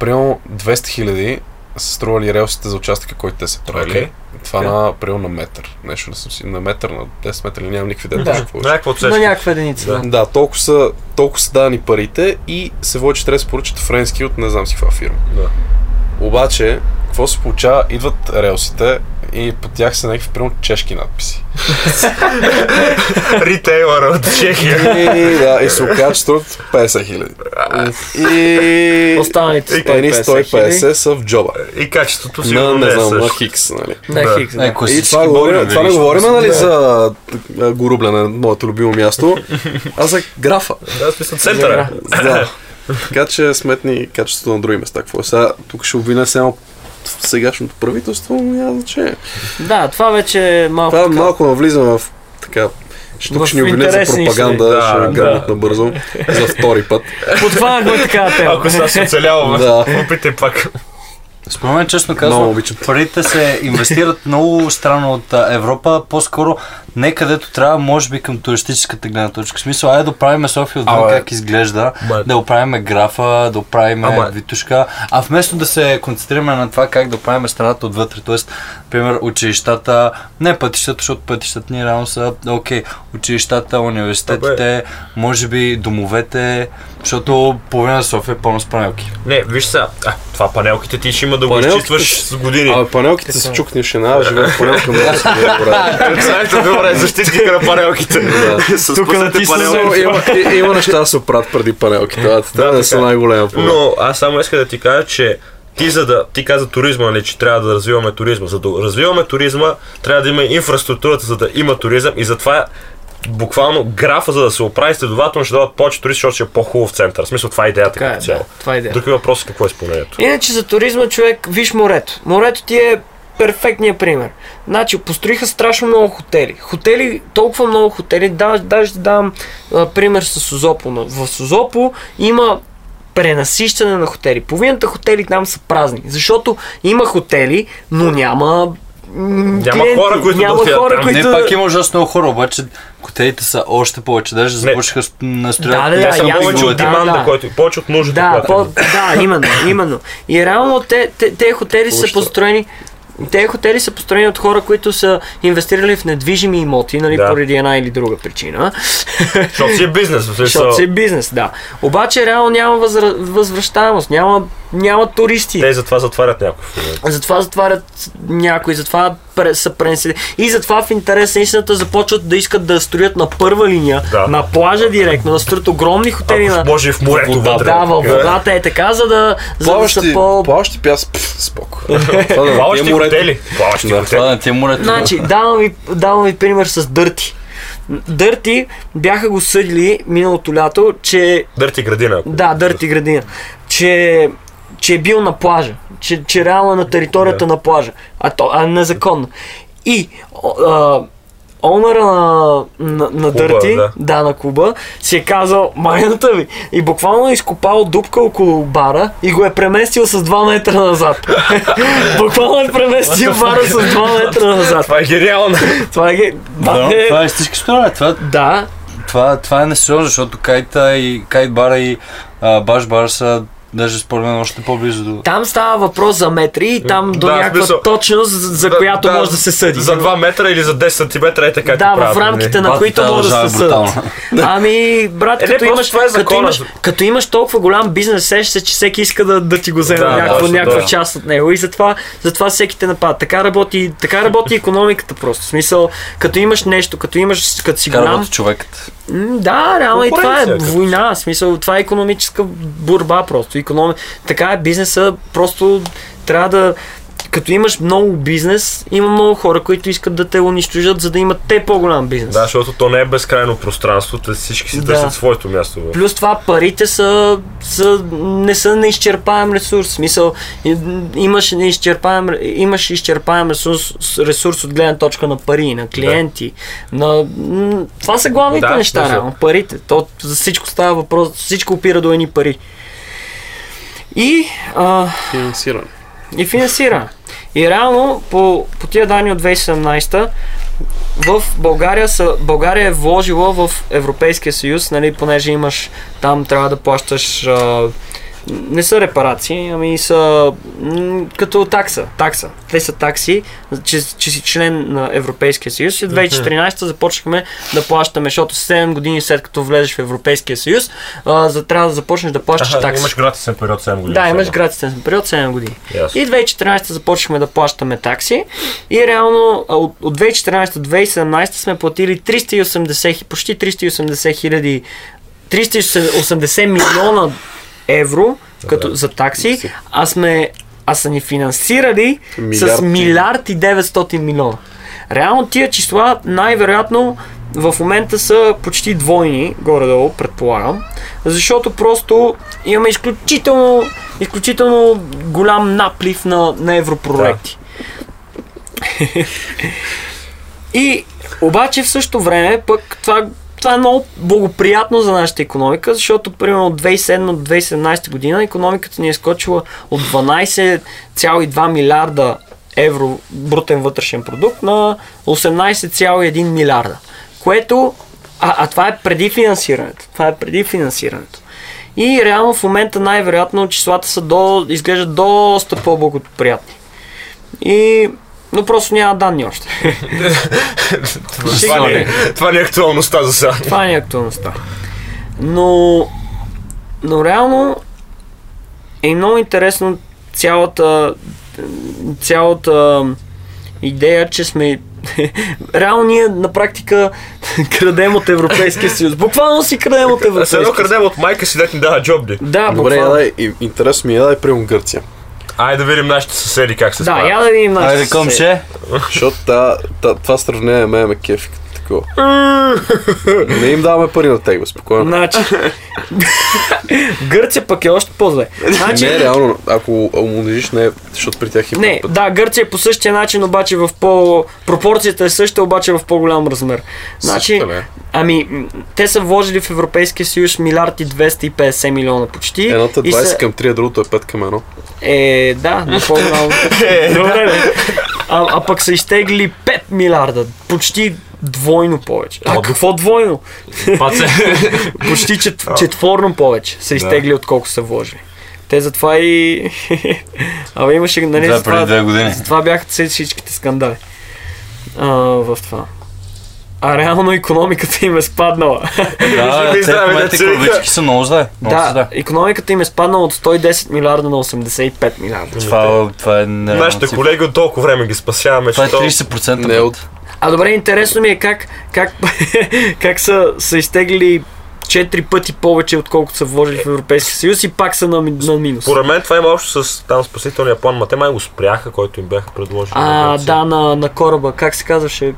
Speaker 3: примерно 200 хиляди са стрували релсите за участъка, който те са правили.
Speaker 2: Окей.
Speaker 3: Това
Speaker 2: Окей.
Speaker 3: на примерно на метър. Нещо не съм си на метър, на 10 метра или нямам никакви идея
Speaker 4: Да.
Speaker 3: точно какво беше.
Speaker 2: Някаква
Speaker 4: На
Speaker 2: отсечка.
Speaker 4: някаква единица. Да.
Speaker 3: Да, толкова са, толкова са дадени парите и се води, че трябва да се поръчат френски от не знам си каква фирма.
Speaker 2: Да.
Speaker 3: Обаче, какво се получава? Идват релсите и по тях са някакви примерно чешки надписи.
Speaker 2: Ритейлър от Чехия.
Speaker 3: И, да, и се оказва, че струват 50 хиляди. И...
Speaker 4: Останалите са
Speaker 3: Едни
Speaker 4: 150
Speaker 3: 150 са в джоба. е.
Speaker 2: И качеството си
Speaker 3: На, не знам, на
Speaker 2: също.
Speaker 3: Хикс, нали?
Speaker 4: На
Speaker 2: Да.
Speaker 4: хикс, да.
Speaker 1: Еко
Speaker 3: И
Speaker 1: си.
Speaker 3: това, говорим,
Speaker 2: е българи,
Speaker 3: това не
Speaker 2: нищо
Speaker 3: говорим,
Speaker 2: не
Speaker 3: нали,
Speaker 2: са.
Speaker 3: за а, горубляне, моето любимо място, а за графа.
Speaker 2: Да, в смисъл центъра.
Speaker 3: Да. Така че сметни качеството на други места. Какво е сега? Тук ще обвиня само сегашното правителство, но няма значение.
Speaker 4: Да, това вече е малко.
Speaker 3: Това
Speaker 4: така.
Speaker 3: малко навлизаме в така... Ще тук
Speaker 4: В
Speaker 3: ще ни обвинят за
Speaker 4: интересни
Speaker 3: пропаганда,
Speaker 2: ще-
Speaker 3: ще
Speaker 2: да,
Speaker 3: ни
Speaker 2: да.
Speaker 3: гръмнат набързо за втори път.
Speaker 2: [LAUGHS]
Speaker 4: Подхванахме такава тема.
Speaker 2: Ако сега се
Speaker 3: [LAUGHS]
Speaker 2: оцеляваме,
Speaker 3: Да.
Speaker 2: опитай пак.
Speaker 1: Според мен, честно
Speaker 3: Много
Speaker 1: казвам,
Speaker 3: обичам.
Speaker 1: парите се инвестират много странно от а, Европа, по-скоро не където трябва, може би към туристическата гледна точка. В смисъл, айде да оправим София отвън
Speaker 2: Абе.
Speaker 1: как изглежда,
Speaker 2: Ма-
Speaker 1: да оправим графа, да оправим
Speaker 2: Ама-
Speaker 1: Витушка, а вместо да се концентрираме на това как да оправим страната отвътре, т.е. например училищата, не пътищата, защото пътищата ни реално са, окей, училищата, университетите, може би домовете, защото половина на София е пълно с панелки.
Speaker 2: Не, виж сега, а, това панелките ти ще има да го
Speaker 3: Панелките
Speaker 2: изчистваш
Speaker 3: с-
Speaker 2: с години.
Speaker 3: А панелките са чукни шина, живеят в панелка много се добре.
Speaker 2: Знаете, добре, защитник на панелките. Тук
Speaker 4: да ти се
Speaker 3: Има, има- има неща да се оправят преди панелките. а, Трябва да са
Speaker 2: така е.
Speaker 3: най-голема проблем.
Speaker 2: Но аз само искам да ти кажа, че ти, за да, ти каза туризма, нали, че трябва да развиваме туризма. За да развиваме туризма, трябва да има инфраструктурата, за да има туризъм и затова буквално графа, за да се оправи, следователно ще дадат повече туристи, защото ще е по-хубав център. В смисъл, това е идеята
Speaker 4: Така е, да.
Speaker 2: като цяло.
Speaker 4: Това е идея.
Speaker 2: Друг е въпрос какво е изпълнението.
Speaker 4: Иначе за туризма, човек, виж морето. Морето ти е перфектният пример. Значи, построиха страшно много хотели. Хотели, толкова много хотели, да, даже да дам а, пример с Созопо. Но В Созопо има пренасищане на хотели. Половината хотели там са празни, защото има хотели, но няма няма
Speaker 2: хора, които да
Speaker 4: няма
Speaker 2: отидат
Speaker 4: хора,
Speaker 2: там.
Speaker 4: които...
Speaker 1: Ами Не, пак има ужасно много хора, обаче котеите са още повече. Даже започнаха с- на
Speaker 4: Да,
Speaker 1: строят
Speaker 4: Е, да,
Speaker 2: Те
Speaker 4: да,
Speaker 2: са
Speaker 4: ясно.
Speaker 2: повече от
Speaker 4: Да,
Speaker 2: деманда,
Speaker 4: да.
Speaker 2: който, повече от нуждата,
Speaker 4: Да,
Speaker 2: която е.
Speaker 4: по,
Speaker 2: има.
Speaker 4: да, именно, именно. И реално те, те, те хотели са
Speaker 3: Получва.
Speaker 4: построени те хотели са построени от хора, които са инвестирали в недвижими имоти, нали,
Speaker 2: Да.
Speaker 4: поради една или друга
Speaker 2: [LAUGHS]
Speaker 4: причина.
Speaker 2: Защото си е бизнес. в смисъл,
Speaker 4: Защото си е бизнес, да. Обаче реално няма възра... възвръщаемост, няма, няма туристи.
Speaker 2: Те затова затварят някой в момента.
Speaker 4: Затова затварят някои, затова пре- са пренесли. И затова в интерес на истината започват да искат да строят на първа линия,
Speaker 2: Да.
Speaker 4: на плажа директно, да строят огромни хотели на...
Speaker 2: Ако може и в морето вътре.
Speaker 4: Да, във водата е така, за да, за да са
Speaker 3: Плаващи,
Speaker 4: по...
Speaker 3: плаващи пяс, пф, споко. Това да не ти
Speaker 2: Плаващи
Speaker 3: е морето.
Speaker 2: хотели. Плаващи
Speaker 3: Да,
Speaker 2: хотели.
Speaker 1: Това е на тия морето.
Speaker 4: Значи, давам ви, давам ви пример с Дърти. Дърти бяха го съдили миналото лято, че...
Speaker 2: Дърти градина. ако-
Speaker 4: Да, Дърти градина. Че, че е бил на плажа. Че, че реално е на територията на плажа. А, то, а незаконно. И о, а, Онъра на, на, на
Speaker 2: Клуба,
Speaker 4: Дърти,
Speaker 2: да.
Speaker 4: да, на клуба, си е казал майната ви и буквално е изкопал дупка около бара и го е преместил с 2 метра назад. буквално е преместил бара с 2 метра назад.
Speaker 2: Това е гениално.
Speaker 4: Това е...
Speaker 1: Да,
Speaker 4: Да, е...
Speaker 1: това е истински стора. Това,
Speaker 4: да,
Speaker 1: това, това е несериозно, защото кайта и кайт бара и а, баш бара са даже според мен още по-близо до...
Speaker 4: там става въпрос за метри и там до
Speaker 2: Да,
Speaker 4: някаква
Speaker 2: смисъл-
Speaker 4: точност, за, за която може да се съди.
Speaker 2: За 2 метра или за 10 см е така. нали?
Speaker 4: да, в рамките на
Speaker 1: Бат,
Speaker 4: които
Speaker 1: тази
Speaker 4: може да
Speaker 1: държава
Speaker 4: се
Speaker 1: е
Speaker 4: съдят.
Speaker 1: брутална.
Speaker 4: [LAUGHS] Ами, брат,
Speaker 2: Е, не,
Speaker 4: като,
Speaker 2: просто
Speaker 4: имаш,
Speaker 2: това е
Speaker 4: като,
Speaker 2: закона.
Speaker 4: имаш, като имаш толкова голям бизнес, сещаш се, че всеки иска да, да ти го вземе
Speaker 2: Да,
Speaker 4: някаква,
Speaker 2: точно,
Speaker 4: някаква
Speaker 2: да.
Speaker 4: част от него и затова, затова всеки те напада. Така работи, така
Speaker 2: [LAUGHS]
Speaker 4: работи економиката просто. В смисъл, като имаш нещо, като имаш, като си
Speaker 1: Така
Speaker 4: голям,
Speaker 1: работи човекът.
Speaker 4: М, Да, реално и това е
Speaker 2: Конкуренция, като
Speaker 4: война, в смисъл, това е економическа борба просто. Економ... Така е бизнеса, просто трябва да... като имаш много бизнес, има много хора, които искат да те унищожат, за да имат те по-голям бизнес.
Speaker 2: Да, защото то не е безкрайно пространство, те всички си
Speaker 4: Да.
Speaker 2: търсят своето място. бе.
Speaker 4: Плюс това парите са, са не са неизчерпаем ресурс. В Смисъл, и- имаш, неизчерпаем, имаш изчерпаем ресурс, ресурс от гледна точка на пари, на клиенти. На, м, това са главните
Speaker 2: Да,
Speaker 4: неща,
Speaker 2: смисъл.
Speaker 4: реално. Парите. То, за всичко става въпрос, всичко опира до едни пари. И а,
Speaker 3: е Финансиране.
Speaker 4: и финансиране. И реално по, по тия данни от 2017 в България, са, България е вложила в Европейския съюз, нали, понеже имаш там трябва да плащаш а, не са репарации, ами са м, като такса. такса. Те са такси, че, че си член на Европейския съюз. И 2014 започнахме да плащаме, защото 7 години след като влезеш в Европейския съюз, а, за, трябва да започнеш да плащаш
Speaker 2: Аха,
Speaker 4: такса.
Speaker 2: имаш гратисен период 7 години.
Speaker 4: Да, имаш
Speaker 2: сега.
Speaker 4: гратисен период 7 години.
Speaker 2: Ясно.
Speaker 4: И 2014 започнахме да плащаме такси и реално а, от, от 2014-2017 сме платили 380, хи- почти 380 хиляди, 380 милиона евро като, за такси, а сме а са ни финансирали
Speaker 3: Милиард
Speaker 4: с
Speaker 3: и-
Speaker 4: милиард и 900 милиона. Реално тия числа най-вероятно в момента са почти двойни, горе-долу, предполагам, защото просто имаме изключително, изключително голям наплив на, на европроекти. И обаче в същото време пък това, това е много благоприятно за нашата економика, защото примерно от 2007 до 2017 година економиката ни е скочила от 12,2 милиарда евро брутен вътрешен продукт на 18,1 милиарда. Което, а, а това е преди финансирането. Това е преди финансирането. И реално в момента най-вероятно числата са до, изглеждат доста по-благоприятни. И, но просто няма данни още.
Speaker 2: това, не, е- това не е актуалността за сега.
Speaker 4: Това е актуалността. Но, но реално е много интересно цялата, цялата идея, че сме... [LAUGHS] Реално ние на практика [LAUGHS] крадем от Европейския съюз. Буквално си крадем от
Speaker 2: А се
Speaker 4: Европейския
Speaker 2: едно
Speaker 4: съюз.
Speaker 2: крадем от майка си, дет ни дава джобди.
Speaker 4: Да,
Speaker 3: Добре, я
Speaker 4: буквално.
Speaker 3: дай, и- интересно ми е, я дай прием Гърция.
Speaker 2: Айде да видим нашите съседи как се
Speaker 4: Да, значи,
Speaker 2: справят.
Speaker 4: я да видим нашите
Speaker 1: Айде,
Speaker 4: съседи.
Speaker 1: комше.
Speaker 3: Защото та, та, това сравнение ме ме кефи като такова. Не им даваме пари на тях, бе, спокойно. [LAUGHS]
Speaker 4: Значи, Гърция пък е още по-зле. Значи,
Speaker 3: Не, е реално, ако умножиш, не, защото при тях има
Speaker 4: Не,
Speaker 3: път.
Speaker 4: да, Гърция е по същия начин, обаче в по... Пропорцията е същата, обаче в по-голям размер. Значи,
Speaker 3: Същата ли е?
Speaker 4: ами, м, те са вложили в Европейския съюз милиард и 250 милиона почти.
Speaker 3: Едната е
Speaker 4: и
Speaker 3: 20 към 3, а другото е 5 към 1.
Speaker 4: Е, да, но по-голям. Добре, бе. А, а пък са изтегли 5 милиарда, почти двойно повече. А
Speaker 2: Ама
Speaker 4: какво двойно?
Speaker 2: Паце.
Speaker 4: [LAUGHS] Почти чет, четворно повече са изтегли, отколко са вложили. Те затова и... [LAUGHS] Абе имаше... Нали,
Speaker 1: Да,
Speaker 4: затова-
Speaker 1: е преди две години.
Speaker 4: това бяха се- всичките скандали. А, в това. А реално економиката им е спаднала.
Speaker 1: Да,
Speaker 2: ви
Speaker 1: те в
Speaker 2: здраве, деца.
Speaker 1: момента курвички са много зле. Много са
Speaker 4: да,
Speaker 1: зле.
Speaker 4: економиката им е спаднала от 110 милиарда на 85 милиарда.
Speaker 1: Това, това е нереално
Speaker 2: Нашите
Speaker 1: цифра.
Speaker 2: колеги от толкова време ги спасяваме,
Speaker 1: Това е
Speaker 2: защото-
Speaker 1: 30%.
Speaker 3: Не от...
Speaker 4: А добре, интересно ми е как, как, [LAUGHS] как са, са изтегли 4 пъти повече, отколкото са вложили в Европейския съюз и пак са на, ми- на минус.
Speaker 2: Поред мен това има общо с там спасителния план, ма те май го спряха, който им бяха предложили.
Speaker 4: А,
Speaker 2: Някакси.
Speaker 4: да, на, на кораба, как се казваше?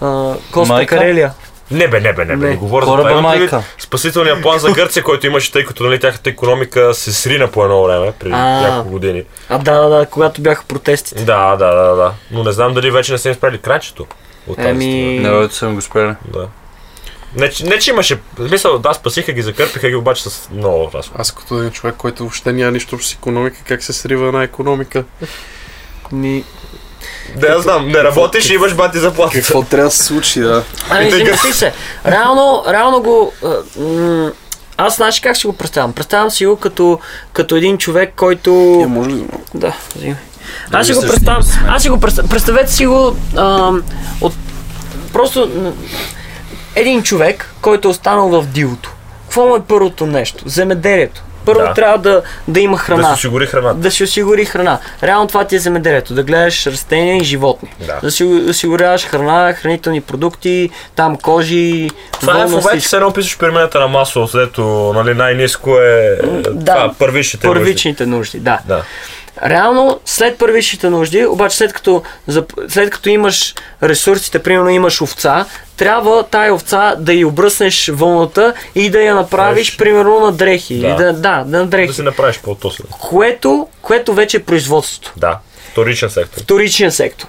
Speaker 4: А, Коста
Speaker 1: Майка?
Speaker 4: Карелия.
Speaker 2: Не бе, не бе, не бе,
Speaker 4: Не.
Speaker 2: не, говоря
Speaker 1: Кораба
Speaker 2: за това. Имам предвид
Speaker 1: майка.
Speaker 2: Спасителния план за Гърция, който имаше, тъй като нали, тяхната економика се срина по едно време, преди
Speaker 4: А.
Speaker 2: няколко години.
Speaker 4: А, да, да, да, когато бяха протестите.
Speaker 2: Да, да, да, да. Но не знам дали вече не са им спрели крачето. От тази
Speaker 4: Еми...
Speaker 1: Не, бе, съм го спрели.
Speaker 2: страна. Да. Не, че- не, че имаше. в Смисъл, да, спасиха ги, закърпиха ги, обаче с много разходи.
Speaker 3: Аз като един човек, който въобще няма нищо общо с економика, как се срива една економика?
Speaker 4: Ми...
Speaker 2: Да, я знам, не работиш и имаш бати заплата.
Speaker 3: Какво трябва да се случи, да?
Speaker 4: Ами,
Speaker 2: И тъй
Speaker 4: замисли се. Реално, реално го... а, м, Аз знаеш как си го представям? Представям си го като, като един човек, който...
Speaker 3: Е, може ли да
Speaker 4: Да, взимай.
Speaker 2: Нали
Speaker 4: Аз ще го
Speaker 1: също
Speaker 4: представям.
Speaker 1: не сме.
Speaker 4: Аз ще го представ... Представете си го ам, от... Просто м, един човек, който е останал в дилото. Какво му е първото нещо? Земеделието. Първо
Speaker 2: Да.
Speaker 4: трябва да, да има храна.
Speaker 2: Да се осигури храната.
Speaker 4: Да си осигури храна. Реално това ти е земеделието. Да гледаш растения и животни.
Speaker 2: Да.
Speaker 4: да си осигуряваш храна, хранителни продукти, там кожи.
Speaker 2: Това е в
Speaker 4: волна,
Speaker 2: обаче,
Speaker 4: всичко.
Speaker 2: все едно пишеш пирамидата на масло, където нали, най-низко е
Speaker 4: да.
Speaker 2: това, е първичните нужди.
Speaker 4: първичните нужди. Да.
Speaker 2: Да.
Speaker 4: А, Реално, след първичните нужди, обаче след като, зап- след като имаш ресурсите, примерно имаш овца, трябва тая овца да й обръснеш вълната и да я направиш,
Speaker 2: Правиш.
Speaker 4: примерно, на дрехи.
Speaker 2: Да.
Speaker 4: Да, да, да на дрехи.
Speaker 2: Да си направиш по-тосен.
Speaker 4: Което, което вече е производството
Speaker 2: Да. Вторичен сектор.
Speaker 4: вторичен сектор.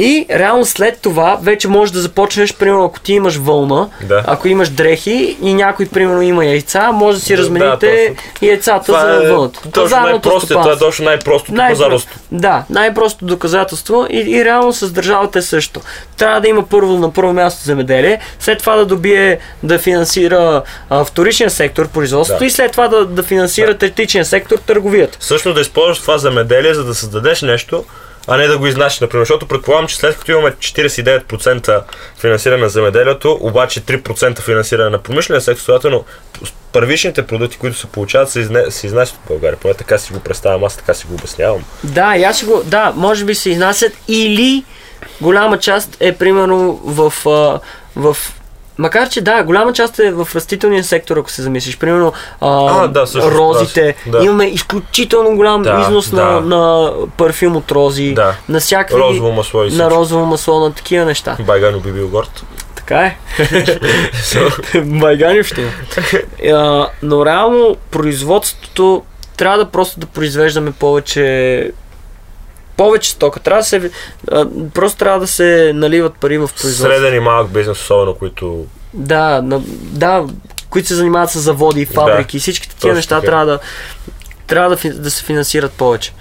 Speaker 4: И реално след това вече можеш да започнеш, примерно ако ти имаш вълна,
Speaker 2: Да.
Speaker 4: ако имаш дрехи и някой примерно има яйца, може да си
Speaker 2: Да,
Speaker 4: размените яйцата за вълната.
Speaker 2: е точно
Speaker 4: Пазарното
Speaker 2: най-просто, това е
Speaker 4: стопанство.
Speaker 2: точно най-простото
Speaker 4: Най-про-
Speaker 2: пазарство.
Speaker 4: Да, най-просто доказателство и, и реално с държавата е също. Трябва да има първо на първо място земеделие, след това да добие, да финансира а, вторичен сектор производството
Speaker 2: Да.
Speaker 4: и след това да, да финансира третичен сектор търговията.
Speaker 2: Всъщност да използваш това замеделие, за да създадеш нещо, а не да го изнасяш, например. Защото предполагам, че след като имаме 49% финансиране на земеделието, обаче 3% финансиране на промишления сектор, следователно първичните продукти, които се получават, се, изне, се изнасят от България. Поне така си го представям, аз така си го обяснявам.
Speaker 4: Да, и аз ще го. Да, може би се изнасят или голяма част е примерно в. А, в Макар, че да, голяма част е в растителния сектор, ако се замислиш. Примерно а,
Speaker 2: А, да, всъщност,
Speaker 4: розите.
Speaker 2: да.
Speaker 4: Имаме изключително голям
Speaker 2: Да,
Speaker 4: износ
Speaker 2: да.
Speaker 4: на, на парфюм от рози,
Speaker 2: Да.
Speaker 4: на всякакви...
Speaker 2: Розово масло и
Speaker 4: на
Speaker 2: всичко.
Speaker 4: розово масло, на такива неща.
Speaker 2: Байгано би бил горд.
Speaker 4: Така
Speaker 2: [LAUGHS]
Speaker 4: е. Майгани ще има. А, Но реално производството трябва да просто да произвеждаме повече повече стока. Трябва да се, а, просто трябва да се наливат пари в производството.
Speaker 2: Среден и малък бизнес, особено, които
Speaker 4: Да, на, да, които се занимават с заводи и фабрики и всичките
Speaker 2: точно
Speaker 4: тия неща
Speaker 2: така.
Speaker 4: трябва да, трябва да, фи- да се финансират повече.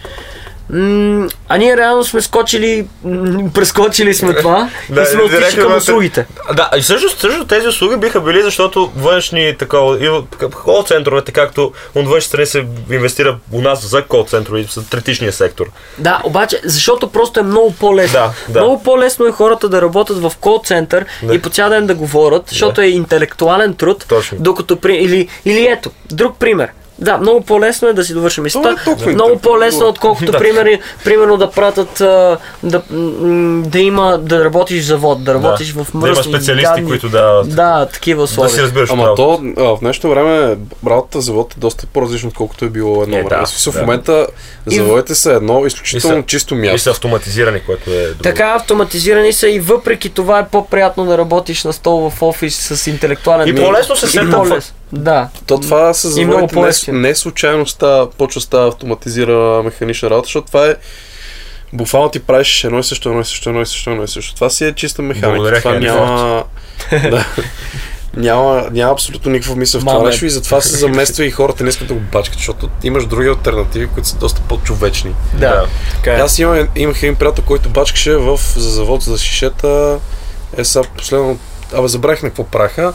Speaker 4: М, а ние реално сме скочили, м, прескочили сме това
Speaker 2: [LAUGHS] Да,
Speaker 4: и сме отишли
Speaker 2: директно
Speaker 4: към
Speaker 2: на-
Speaker 4: услугите.
Speaker 2: Да, и всъщност, всъщност тези услуги биха били, защото външни такова, и в- к- кол центровете, както от външни страни се инвестира у нас за кол центрове, за третичния сектор.
Speaker 4: Да, обаче, защото просто е много по-лесно.
Speaker 2: Да, да.
Speaker 4: Много по-лесно е хората да работят в кол-център
Speaker 2: Да.
Speaker 4: и по цял ден да говорят, защото е интелектуален труд.
Speaker 2: Точно.
Speaker 4: Докато при... или, или ето, друг пример. Да, много по-лесно е да си
Speaker 3: Това
Speaker 4: довършим мисълта.
Speaker 3: е толкова
Speaker 4: много
Speaker 3: интересно.
Speaker 4: по-лесно,
Speaker 2: [LAUGHS]
Speaker 4: отколкото примери, примерно да пратят а, да, м, да има да работиш в завод, да работиш в
Speaker 2: да има
Speaker 4: мръсни
Speaker 2: специалисти,
Speaker 4: гадни-
Speaker 2: които да,
Speaker 4: да, такива
Speaker 2: да
Speaker 4: условия.
Speaker 2: си разбираш
Speaker 3: Ама
Speaker 2: право.
Speaker 3: то а, в днешно време работата в завод е доста по-различно, отколкото е било едно
Speaker 2: Е,
Speaker 3: време.
Speaker 2: да,
Speaker 3: В смисъл,
Speaker 2: да.
Speaker 3: в момента заводите са едно изключително
Speaker 2: И са-
Speaker 3: чисто
Speaker 2: И са
Speaker 3: място.
Speaker 2: автоматизирани, което е друго.
Speaker 4: Така автоматизирани са и въпреки това е по-приятно да работиш на стол в офис с интелектуален
Speaker 2: И
Speaker 4: мозък.
Speaker 2: по-лесно се
Speaker 4: И
Speaker 2: сетна
Speaker 4: по-лес- Да.
Speaker 3: То това са
Speaker 4: И много
Speaker 3: заводите не, с-
Speaker 4: по-ефтино.
Speaker 3: не случайно става, почва става автоматизира механична работа, защото това е буквално ти правиш едно и също, едно и също, едно и също, едно и също. Това си е чиста механика.
Speaker 2: Благодаря,
Speaker 3: това
Speaker 2: Хенри [LAUGHS]
Speaker 3: няма... да. Няма, няма абсолютно никаква мисъл в това
Speaker 4: Маме.
Speaker 3: нещо и затова се замества и хората не искат да го бачкат, защото имаш други альтернативи, които са доста по-човечни.
Speaker 4: Да.
Speaker 2: така е.
Speaker 3: Аз имам, имах един приятел, който бачкаше в за завод за шишета. Е, сега последно... Абе, забравих на какво праха.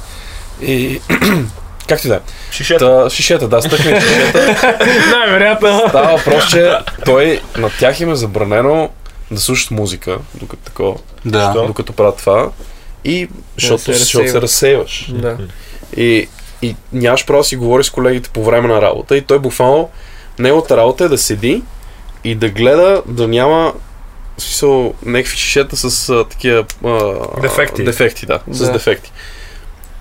Speaker 3: И... [CLEARS THROAT] как ти да е?
Speaker 2: Шишета.
Speaker 3: Та, шишета, да, стъкни шишета.
Speaker 4: Най-вероятно.
Speaker 3: Става въпрос, че той, на тях им е забранено да слушат музика, докато, такова,
Speaker 1: Да.
Speaker 3: докато правят това. И защото,
Speaker 4: се
Speaker 3: се, защото се
Speaker 4: разсейваш.
Speaker 3: разсейваш.
Speaker 4: Да.
Speaker 3: И, и нямаш право да си говори с колегите по време на работа. И той буквално, неговата работа е да седи и да гледа да няма в смисъл, някакви шишета с а, такива... А,
Speaker 2: Дефекти.
Speaker 3: Дефекти, да, с
Speaker 4: Да.
Speaker 3: дефекти.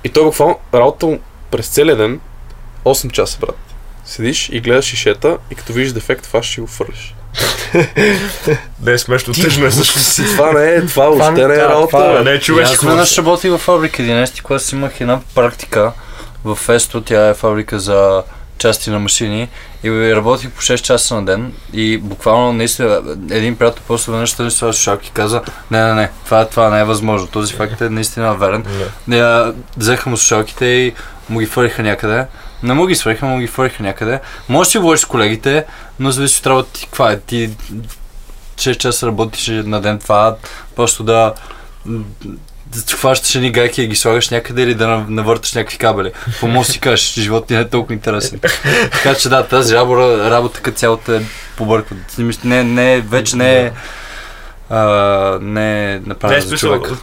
Speaker 3: И той буквално, работата му през целия ден, 8 часа, брат. Седиш и гледаш шишета и като видиш дефект, това ще си го фърлиш.
Speaker 2: Да е смешно, тъжно е
Speaker 3: [LAUGHS]
Speaker 2: всъщност.
Speaker 3: Това не е, това въобще не е
Speaker 4: да, това
Speaker 2: А,
Speaker 3: работа.
Speaker 2: не е
Speaker 1: Аз
Speaker 2: човешко.
Speaker 1: веднъж работих в фабрика 11, клас имах една практика в Фесто, тя е фабрика за части на машини и работих по 6 часа на ден и буквално наистина един приятел после веднъж тръгна с това шок и каза не, не, не, това, това не е възможно, този факт е наистина верен.
Speaker 2: Да.
Speaker 1: Не, а, Взеха му слушалките и му ги фъриха някъде. Не му ги свариха, му ги фъриха някъде. Може да си говориш с колегите, но зависи от работа ти каква е. Ти 6 часа работиш на ден това, просто да м, да хващаш едни гайки и ги слагаш някъде или да нав- навърташ някакви кабели. По му си кажеш, живот ни не е толкова интересен. Така че да, тази работа, работа като цялата е побърква. Не, не, вече не е а, не е
Speaker 2: Не е
Speaker 1: направена за
Speaker 2: смисъл.
Speaker 1: човек.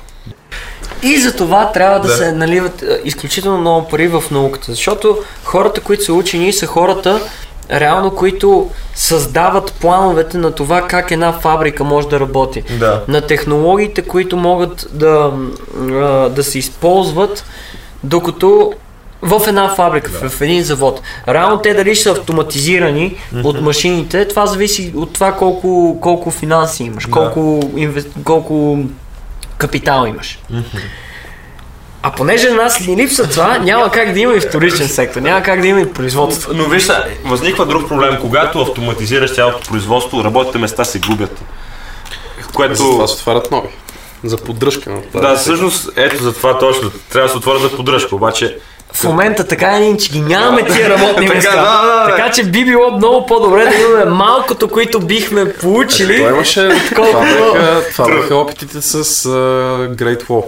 Speaker 4: И за това трябва да,
Speaker 2: Да.
Speaker 4: се наливат а, изключително много пари в науката, защото хората, които са учени, са хората, реално, които създават плановете на това как една фабрика може да работи.
Speaker 2: Да.
Speaker 4: На технологиите, които могат да, м, а, да се използват, докато в една фабрика, в един завод. Реално те дали ще са автоматизирани от машините, това зависи от това колко, колко финанси имаш, колко, инвес... колко капитал имаш. А понеже на нас ни липсва това, няма как да има и вторичен сектор, няма как да има и производство.
Speaker 2: Но вижте, възниква друг проблем. Когато автоматизираш цялото производство, работните места се губят. Което...
Speaker 3: Затова се отварят нови. За поддръжка нали? на това.
Speaker 2: Да, всъщност, ето за това точно. Трябва да се отворят за поддръжка, обаче
Speaker 4: В момента така е, че ги нямаме тия работни
Speaker 2: Така,
Speaker 4: места.
Speaker 2: да, да, да.
Speaker 4: Така че би било много по-добре да имаме малкото, които бихме
Speaker 2: Е,
Speaker 4: получили.
Speaker 3: Това имаше,
Speaker 4: [LAUGHS] Колко-
Speaker 3: това бяха, това бяха опитите с uh, Great Wall.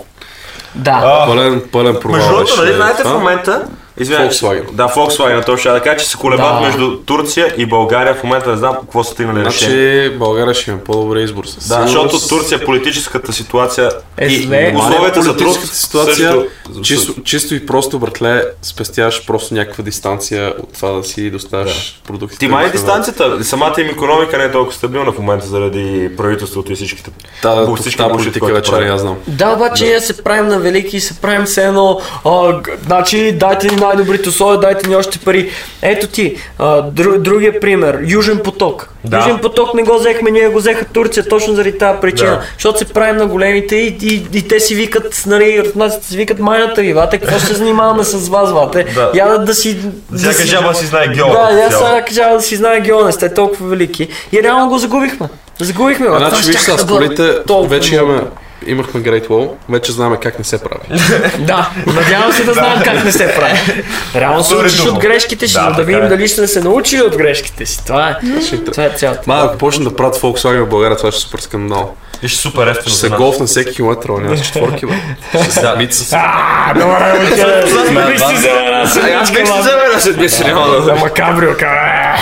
Speaker 4: Да.
Speaker 3: Пълен, пълен провал
Speaker 2: Между другото,
Speaker 3: беше
Speaker 2: нали знаете в
Speaker 3: това.
Speaker 2: момента... Извинявай,
Speaker 3: Volkswagen.
Speaker 2: Да, Volkswagen, точно ще да кажа, че се колебат
Speaker 4: Да.
Speaker 2: между Турция и България в момента, не знам по какво са стигнали решение.
Speaker 3: Значи България ще има по-добре избор. Със
Speaker 2: Да,
Speaker 3: сигурност.
Speaker 2: защото Турция е политическата ситуация
Speaker 4: Е,
Speaker 2: и
Speaker 4: зле.
Speaker 2: условията за труд
Speaker 3: политическата ситуация,
Speaker 2: също-
Speaker 3: чисто, чисто и просто, братле, спестяваш просто някаква дистанция от това да си доставяш продукти.
Speaker 2: Ти май дистанцията, самата им економика не е толкова стабилна в момента заради правителството и всичките.
Speaker 3: Та,
Speaker 2: по-
Speaker 3: да,
Speaker 2: всички
Speaker 3: тази
Speaker 2: политики,
Speaker 3: политика
Speaker 2: които
Speaker 3: вече
Speaker 2: правят.
Speaker 3: не я знам.
Speaker 4: Да, обаче ние се правим на велики и се правим все едно, а, г- значи дайте ни най-добрите условия, дайте ни още пари. Ето ти, а, дру, другия пример, Южен поток.
Speaker 2: Да.
Speaker 4: Южен поток не го взехме, ние го взеха Турция точно заради тази причина,
Speaker 2: Да.
Speaker 4: защото се правим на големите и, и, и те си викат, нали, руснаците си викат майната ви, вате, какво ще се занимаваме с вас, вате,
Speaker 2: Да.
Speaker 4: я да, да си... Да
Speaker 2: Всяка жаба си знае геолога.
Speaker 4: Да, я
Speaker 2: цяло.
Speaker 4: сега кажа да си знае геона, сте толкова велики. И реално го загубихме. Загубихме. бе. Това
Speaker 3: Значи виж
Speaker 4: щяха
Speaker 3: сега, с
Speaker 4: да бъде
Speaker 3: колите
Speaker 4: толкова
Speaker 3: вече
Speaker 4: много.
Speaker 3: имаме Имахме Great Wall, вече знаем как не се прави.
Speaker 4: Да, надявам се да знаем как не се прави. Реално се
Speaker 2: Добре
Speaker 4: учиш
Speaker 2: дума.
Speaker 4: от грешките си,
Speaker 2: Да,
Speaker 4: но да
Speaker 2: така
Speaker 4: видим
Speaker 2: е.
Speaker 4: дали ще се научи от грешките си. Това е,
Speaker 3: Значи,
Speaker 4: това е цялото.
Speaker 3: Ма, ако почнат да правят Volkswagen в България, това ще е супер скандал.
Speaker 2: И ще супер ефтино.
Speaker 3: Ще се
Speaker 2: за нас.
Speaker 3: голф на всеки километър, а няма с четворки, бе. Ще се мица.
Speaker 4: А, добре, момче. Бих си взема една съдничка, ма.
Speaker 2: Забира се, без сериала.
Speaker 4: Ама кабрио, кара.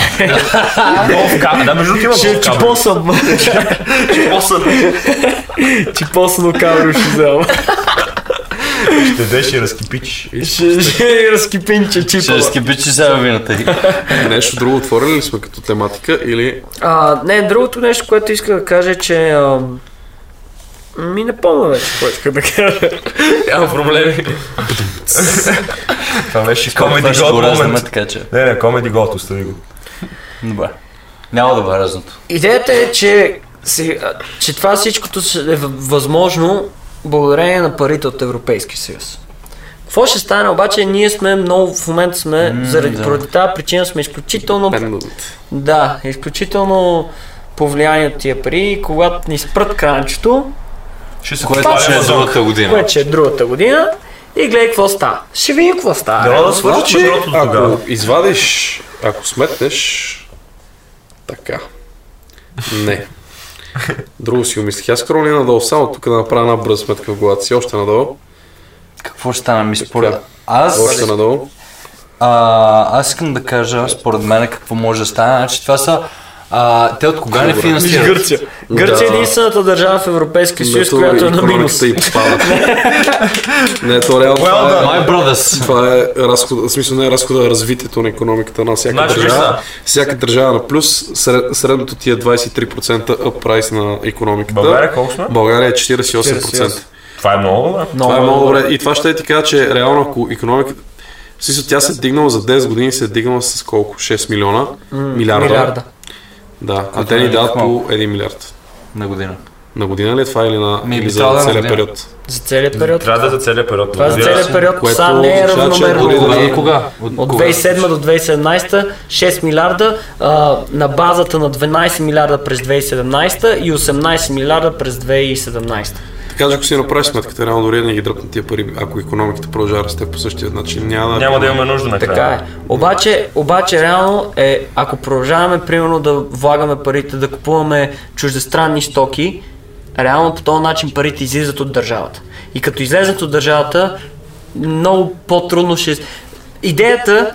Speaker 2: Да, между другото има
Speaker 4: Ще
Speaker 2: голф
Speaker 4: чипосам. Чипосано кабрио ще взема.
Speaker 2: Ще деш и разкипичиш.
Speaker 4: Ще- Ще разкипинче
Speaker 1: Ще
Speaker 4: чипа.
Speaker 1: скипичи сега вината ти.
Speaker 3: Нещо друго отворили ли сме като тематика или
Speaker 4: А, не, другото нещо, което исках да кажа е, че... ам, Ми не помня вече, което исках да кажа.
Speaker 2: Няма проблеми. Това беше
Speaker 1: Това
Speaker 2: комеди
Speaker 1: ще го
Speaker 2: гол
Speaker 1: разнаме,
Speaker 2: момент.
Speaker 1: така че.
Speaker 2: Не, не, комеди гол, остави го.
Speaker 1: Добре. Няма да бъде разното.
Speaker 4: Идеята е, че, се- а, че това всичкото се- е в- възможно благодарение на парите от Европейския съюз. Какво ще стане обаче, ние сме много, в момента сме,
Speaker 1: М,
Speaker 4: заради
Speaker 1: да.
Speaker 4: поради тази причина сме изключително,
Speaker 3: пендълът?
Speaker 4: да, изключително повлияни от тия пари и когато ни спрат кранчето,
Speaker 2: Ще се
Speaker 1: Което
Speaker 2: подпалим
Speaker 1: ще е
Speaker 2: на
Speaker 1: друг.
Speaker 3: Другата година.
Speaker 4: което ще е другата година, и гледай какво става. Ще видим какво става.
Speaker 2: Дано да свърши
Speaker 3: Значи,
Speaker 2: между другото тогава.
Speaker 3: ако извадиш, ако сметнеш, така. Не. Друго си умислих. Аз скролня надолу, само тук да направя една бърза сметка в главата си. Още надолу.
Speaker 1: Какво ще стане ми според...
Speaker 3: Така.
Speaker 1: Аз,
Speaker 3: Още надолу.
Speaker 1: а, аз искам да кажа според мен какво може да стане. Значи това са... А, те от кога не финансират?
Speaker 4: Гърция. Гърция е
Speaker 3: Да.
Speaker 4: единствената държава в Европейския съюз, която е на минус.
Speaker 3: Економиката и пада. Не, то реално това е...
Speaker 1: My Brothers.
Speaker 3: Това е разход, в смисъл не е разхода, а развитието на економиката на всяка
Speaker 2: Значи,
Speaker 3: държава.
Speaker 2: виж
Speaker 3: Всяка държава на плюс, сред, средното ти е 23% up price на економиката.
Speaker 2: България колко сме?
Speaker 3: България е 48%.
Speaker 2: Това е много добре.
Speaker 4: Много
Speaker 3: Това е много добре. И това ще ти кажа, че реално ако економиката... В смисъл, тя се е дигнала за 10 години, се е дигнала с колко? 6 милиона? милиарда.
Speaker 4: Милиарда.
Speaker 3: Да, а
Speaker 1: Като
Speaker 3: те ни
Speaker 1: не е
Speaker 3: дават по
Speaker 1: малко.
Speaker 3: 1 милиард.
Speaker 1: На година.
Speaker 3: На година ли е това или на
Speaker 1: Ми,
Speaker 3: или
Speaker 1: би
Speaker 3: за
Speaker 1: трябвало да е на
Speaker 3: целия
Speaker 1: година.
Speaker 3: период?
Speaker 4: За целият период.
Speaker 2: Трябва да е за целият период.
Speaker 4: Това за
Speaker 2: разбира
Speaker 4: целият
Speaker 2: се.
Speaker 4: период
Speaker 3: Което
Speaker 4: това не е
Speaker 3: означава, че
Speaker 4: равномерно.
Speaker 3: дори да
Speaker 1: Кога
Speaker 3: не е
Speaker 1: до
Speaker 4: От,
Speaker 1: кога?
Speaker 4: от
Speaker 1: кога?
Speaker 4: 2007 до 2017 6 милиарда а, на базата на 12 милиарда през 2017 и 18 милиарда през 2017.
Speaker 3: Така че ако си направиш сметката, реално дори да не ги дръпнат тия пари, ако економиката продължава да расте по същия начин, няма да...
Speaker 2: Няма да имаме нужда накрая.
Speaker 4: Така е. Обаче, обаче реално е, ако продължаваме примерно да влагаме парите, да купуваме чуждестранни стоки, реално по този начин парите излизат от държавата. И като излезат от държавата, много по-трудно ще... Идеята,